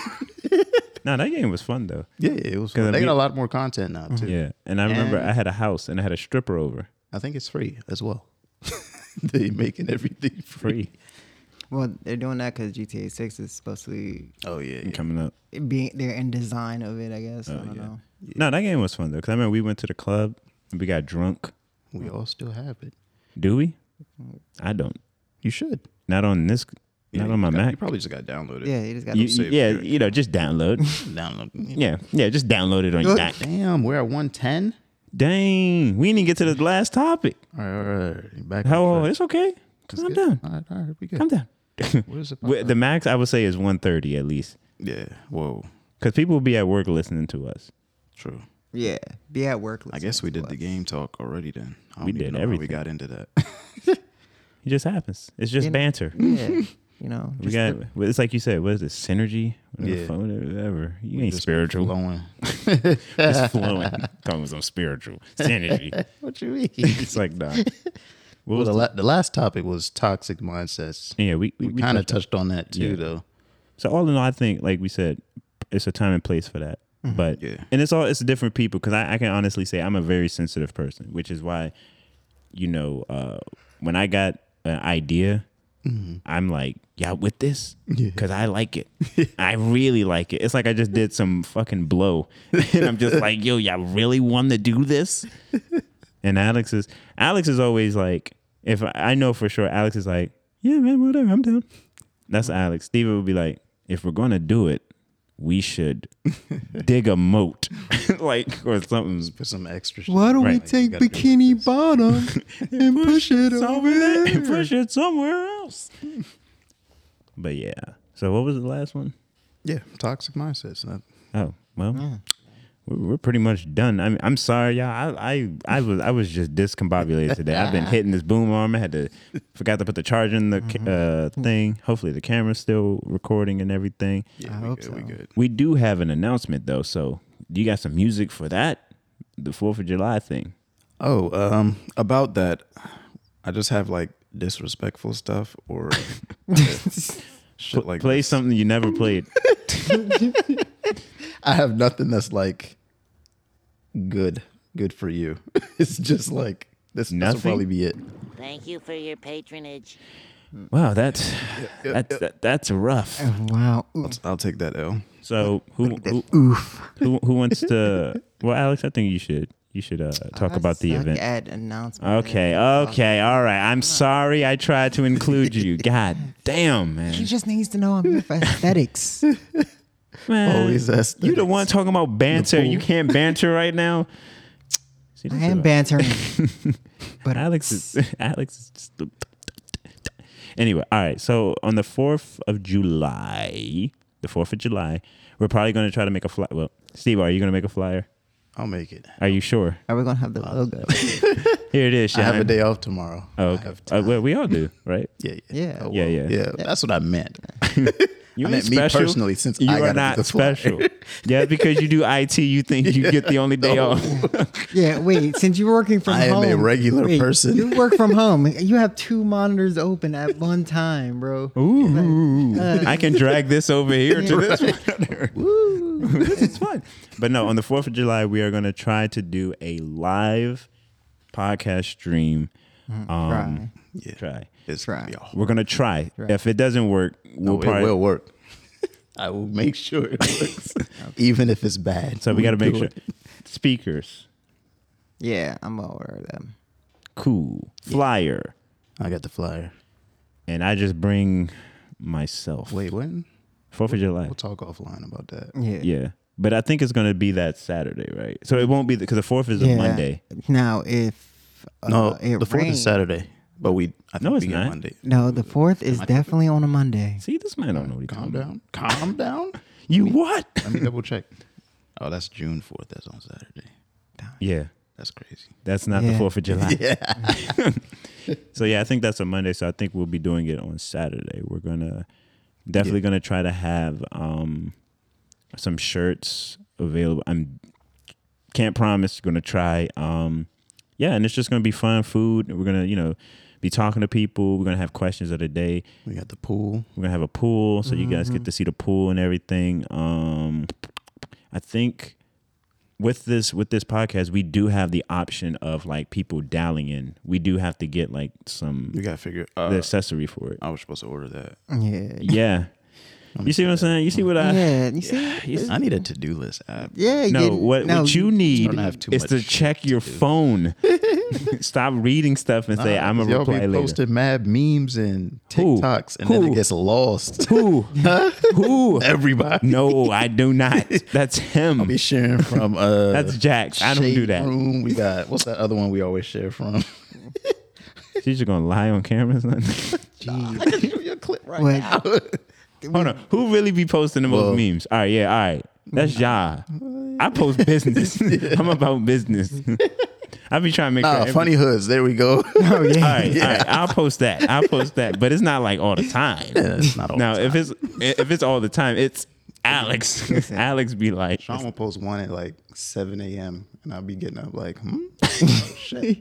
no, that game was fun though. yeah, it was. Gonna Fun. They got be- a lot more content now too. Yeah, and I remember And- I had a house and I had a stripper over I think it's free as well. they making everything free. free Well, they're doing that because GTA Six is supposed to Oh yeah, yeah. coming up. be they're in design of it. I guess I don't know. No, that game was fun though. Cause I remember we went to the club and we got drunk. we all still have it. Do we? I don't. You should. Not on this. Not on my You got- You Mac. probably just got downloaded. Yeah, you just got You- to you- yeah, you know, just download. Download. yeah, yeah, just download it on your Mac. Damn, we're at one ten. Dang, we didn't get to the last topic. All right, all right. Back. How? on track. it's okay. Let's Calm get- down. All right, all right, we good. Calm down. What is it? about? Wh- the max I would say is one thirty at least, yeah. Whoa. because people will be at work listening to us. True. yeah, be at work. I guess we did the game talk already. Then I don't We even did know how everything. We got into that. It just happens. It's just You know- banter. Yeah, you know, We just got. the- well, It's like you said. What is it? Synergy. Yeah. Yeah. Whatever. You ain't Just spiritual. Flowing. It's flowing. Talking some spiritual synergy. what you mean? It's like nah. What well, was the, the, la- the last topic was toxic mindsets. yeah, we We, we, kind of touched on- touched on that too, Yeah. though. So all in all, I think, like we said, it's a time and place for that. But Yeah. and it's all it's different people because I, I can honestly say I'm a very sensitive person, which is why, you know, uh, when I got an idea, I'm like, Mm-hmm. yeah, with this because I like it. I really like it. It's like I just did some fucking blow, and I'm just like, yo, y'all really want to do this? And Alex is Alex is always like, if I, I know for sure, Alex is like, yeah, man, whatever, I'm down. That's Mm-hmm. Alex. Steven would be like, if we're gonna do it, we should dig a moat, like or something. Put some extra. Why don't we Right. take You gotta do Bikini Bottom and push it over Somewhere there there? and push it somewhere else. But yeah. So what was the last one? Yeah, toxic mindsets. Not, Oh well, we're we're pretty much done. I mean, I'm sorry, y'all. I, I I was I was just discombobulated today. I've been hitting this boom arm. I had to forgot to put the charger in the Mm-hmm. ca- uh, thing. Hopefully, the camera's still recording and everything. yeah, we hope good. We so. good. We do have an announcement though. So you got some music for that? The Fourth of July thing. Oh, um, about that, I just have like disrespectful stuff or shit like Play this. something you never played. I have nothing that's like good, good for you. it's just like this. This will Nothing? probably be it. Thank you for your patronage. wow, that's that's that, that's rough. Oh, Wow. I'll take that L. So who who, who who wants to? Well, Alex, I think you should you should uh, talk I about the suck event. At announcement. Okay, uh, okay, all right. I'm sorry I tried to include you. God damn, He man. just needs to know I'm here for aesthetics. man Always aesthetics. you Oh, the one talking about banter. You can't banter right now. See, I this am is- bantering. but Alex is Alex is just anyway. All right. So on the fourth of July, the fourth of July, we're probably going to try to make a flyer. Well, Steve, are you going to make a flyer? I'll make it. Are you sure? Are we gonna have the logo? Here it is. I have a Shannon. day off tomorrow. Oh, I okay. have Uh, time. well, we all do, right? yeah, yeah, Yeah. Oh, Yeah, well, yeah. That's what I meant. You I ain't meant me personally, since you I are gotta do not the flyer. special. yeah, because you do IT, you think you get the only Oh. day off. yeah, wait. Since you're working from I am home, a regular wait, person. You work from home. You have two monitors open at one time, bro. Ooh, I can drag this over here to this one. this is fun. But no, on the Fourth of July, we are going to try to do a live podcast stream. Um, Yeah. Try. It's Try. Mm, yeah. We're gonna try. If it doesn't work, we'll No, it probably will work. I will make sure it works, even if it's bad. So we got to We'll make do sure it. speakers, yeah, I'm gonna order them. cool flyer, I got the flyer. and I just bring myself. Wait, when? Fourth of July. We'll talk offline about that. Yeah. Yeah. But I think it's going to be that Saturday, right? So it won't be because the fourth is a Yeah. Monday. Now, if uh, No, it the fourth rained- is Saturday, but we I think No, it's we get not. Monday. No, the fourth is definitely on a Monday. See, this man don't know what he's Calm talking about. down. Calm down. You what? Let me double check. Oh, that's June fourth. That's on Saturday. Yeah, That's crazy. that's not the Yeah. fourth of July. Yeah. so yeah, I think that's a Monday. So I think we'll be doing it on Saturday. We're gonna definitely gonna try to have um some shirts available. I'm can't promise. Gonna try. Um, yeah, and it's just gonna be fun food. We're gonna you know be talking to people. We're gonna have questions of the day. We got the pool. We're gonna have a pool, so you guys Mm-hmm. get to see the pool and everything. Um, I think with this with this podcast, we do have the option of like people dialing in. We do have to get like some We gotta figure. Uh, the accessory for it. I was supposed to order that. Yeah. Yeah, you see what I'm saying? You see what I? Yeah. You see? I need a to do list app. Yeah. No, you- what no, what you need gonna have too is much to shit check to your do. phone. Stop reading stuff and say I'm gonna Y'all reply be later. posting mad memes and Who? TikToks, and then Who? it gets lost. Who? Who? Everybody No, I do not. That's him. be sharing from. Uh, That's Jax. I don't do Shade that. Room. We got what's that other one we always share from? She's just gonna lie on camera. or something? I can show you a clip right What- now. Hold on. Who really be posting the most Well- memes? All right, yeah, all right. That's y'all. I post business. I'm about business. I'll be trying to make sure. Nah, every- Oh, funny hoods. There we go. Oh yeah. All right, all right. I'll post that. I'll post that. But it's not like all the time. it's not all now, the if it's if it's all the time, it's Alex. Alex be like, Sean will post one at like 7 a.m. and I'll be getting up like, hmm? Shit.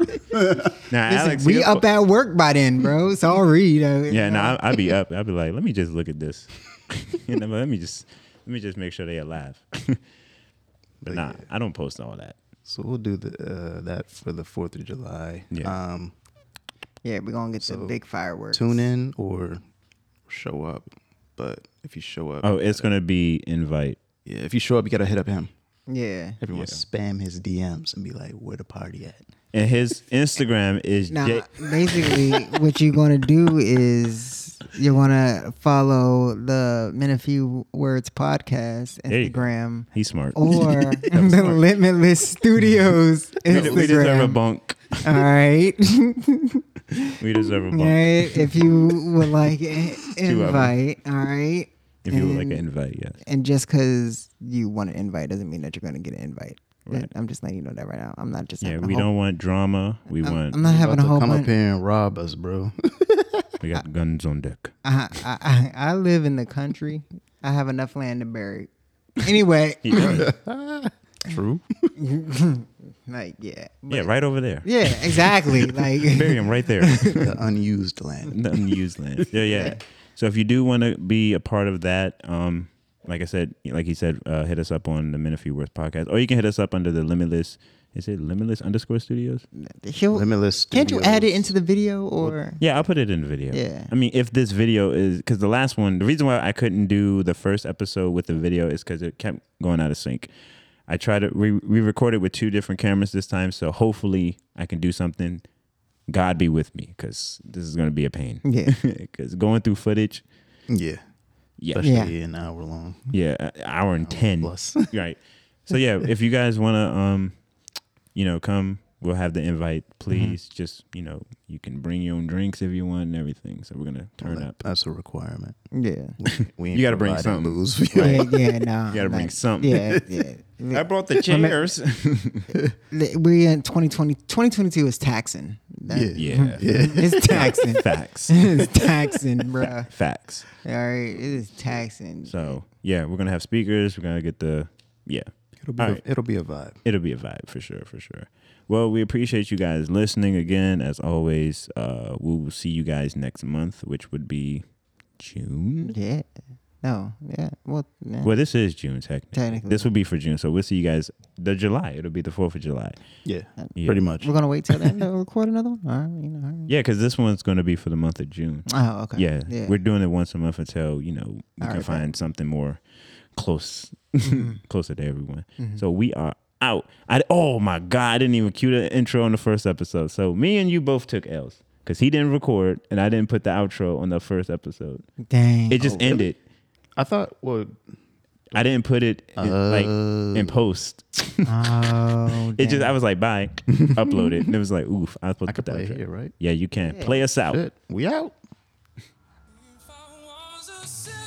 now Alex, we he'll up po- at work by then, bro. Sorry, you know. Yeah, no, I- I'd be up. I'd be like, let me just look at this. you know, but let me just let me just make sure they alive. but nah, I don't post all that. So we'll do the, uh, that for the 4th of July. Yeah. Um, Yeah, we're gonna get the big fireworks. tune in or show up. But if you show up, Oh, it's gonna be invite. yeah, if you show up, you got to hit up him. Yeah. Everyone spam his DMs and be like, where the party at? And his Instagram is Now, J- basically, what you're gonna do is you're gonna follow the Men of Few Words podcast you go. Instagram he's smart. or the Limitless Studios we, we deserve a Instagram. bunk. All right, We deserve a all bunk. right. If you would like an Two of 'em. invite, all right. If you would like And- an invite, yes. And just because you want an invite doesn't mean that you're going to get an invite. That- Right. I'm just letting you know that right now. I'm not just. Yeah, having a we whole- don't want drama. We want I'm not having a About to whole come up bunch. here and rob us, bro. we got guns on deck. I, I, I I live in the country. I have enough land to bury. Anyway, True. like yeah, but- Yeah, right over there. yeah, exactly. Like Bury him right there. the unused land. the unused land. Yeah, yeah. So if you do want to be a part of that, um, like I said, like he said, uh, hit us up on the Menifee Worth podcast, or you can hit us up under the Limitless. Is it Limitless underscore Studios? he'll- Limitless. Can't you add it Studios. into the video or? Yeah, I'll put it in the video. Yeah. I mean, if this video is because the last one, the reason why I couldn't do the first episode with the video is because it kept going out of sync. I tried to we we recorded with two different cameras this time, so hopefully I can do something. God be with me, because this is gonna be a pain. Yeah. because going through footage, Yeah. yeah, Especially an hour long. Yeah, a- hour and ten plus. right. So yeah, if you guys want to, um, you know, come, we'll have the invite. Mm-hmm. Please, just you know, you can bring your own drinks if you want and everything. So we're gonna turn up. That's a requirement. Yeah. We ain't You gotta bring providing something. booze for you. Yeah, yeah, no. You gotta bring something. Yeah, yeah. I brought the chairs. We in 2020. 2022 is taxing. That- yeah, It's taxing. facts, it's taxing, bruh. facts. All right, it is taxing. So yeah, we're gonna have speakers. We're gonna get the yeah. It'll be, All a, right. it'll be a vibe. it'll be a vibe for sure, for sure. Well, we appreciate you guys listening again. As always, uh, we will see you guys next month, which would be June. Yeah. No. Yeah. Well. Yeah. Well, this is June technically. Technically. This will be for June, so we'll see you guys the July. It'll be the Fourth of July. Yeah, Yeah. pretty much. We're gonna wait till then to record another one. All right. You know. all right. Yeah, because this one's going to be for the month of June. Oh. Okay. Yeah, Yeah. we're doing it once a month until you know we can right, find something more close, Mm-hmm. closer to everyone. So we are out. I oh my god, I didn't even cue the intro on the first episode. So me and you both took L's because he didn't record and I didn't put the outro on the first episode. Dang. It Oh, just ended. I thought, well, I didn't put it in, like in post. oh. It just I was like bye, upload it, and it was like oof. I was supposed to I could put play that it outro. here, right? Yeah, you can play us out. Shit, we out. If I was a sinner,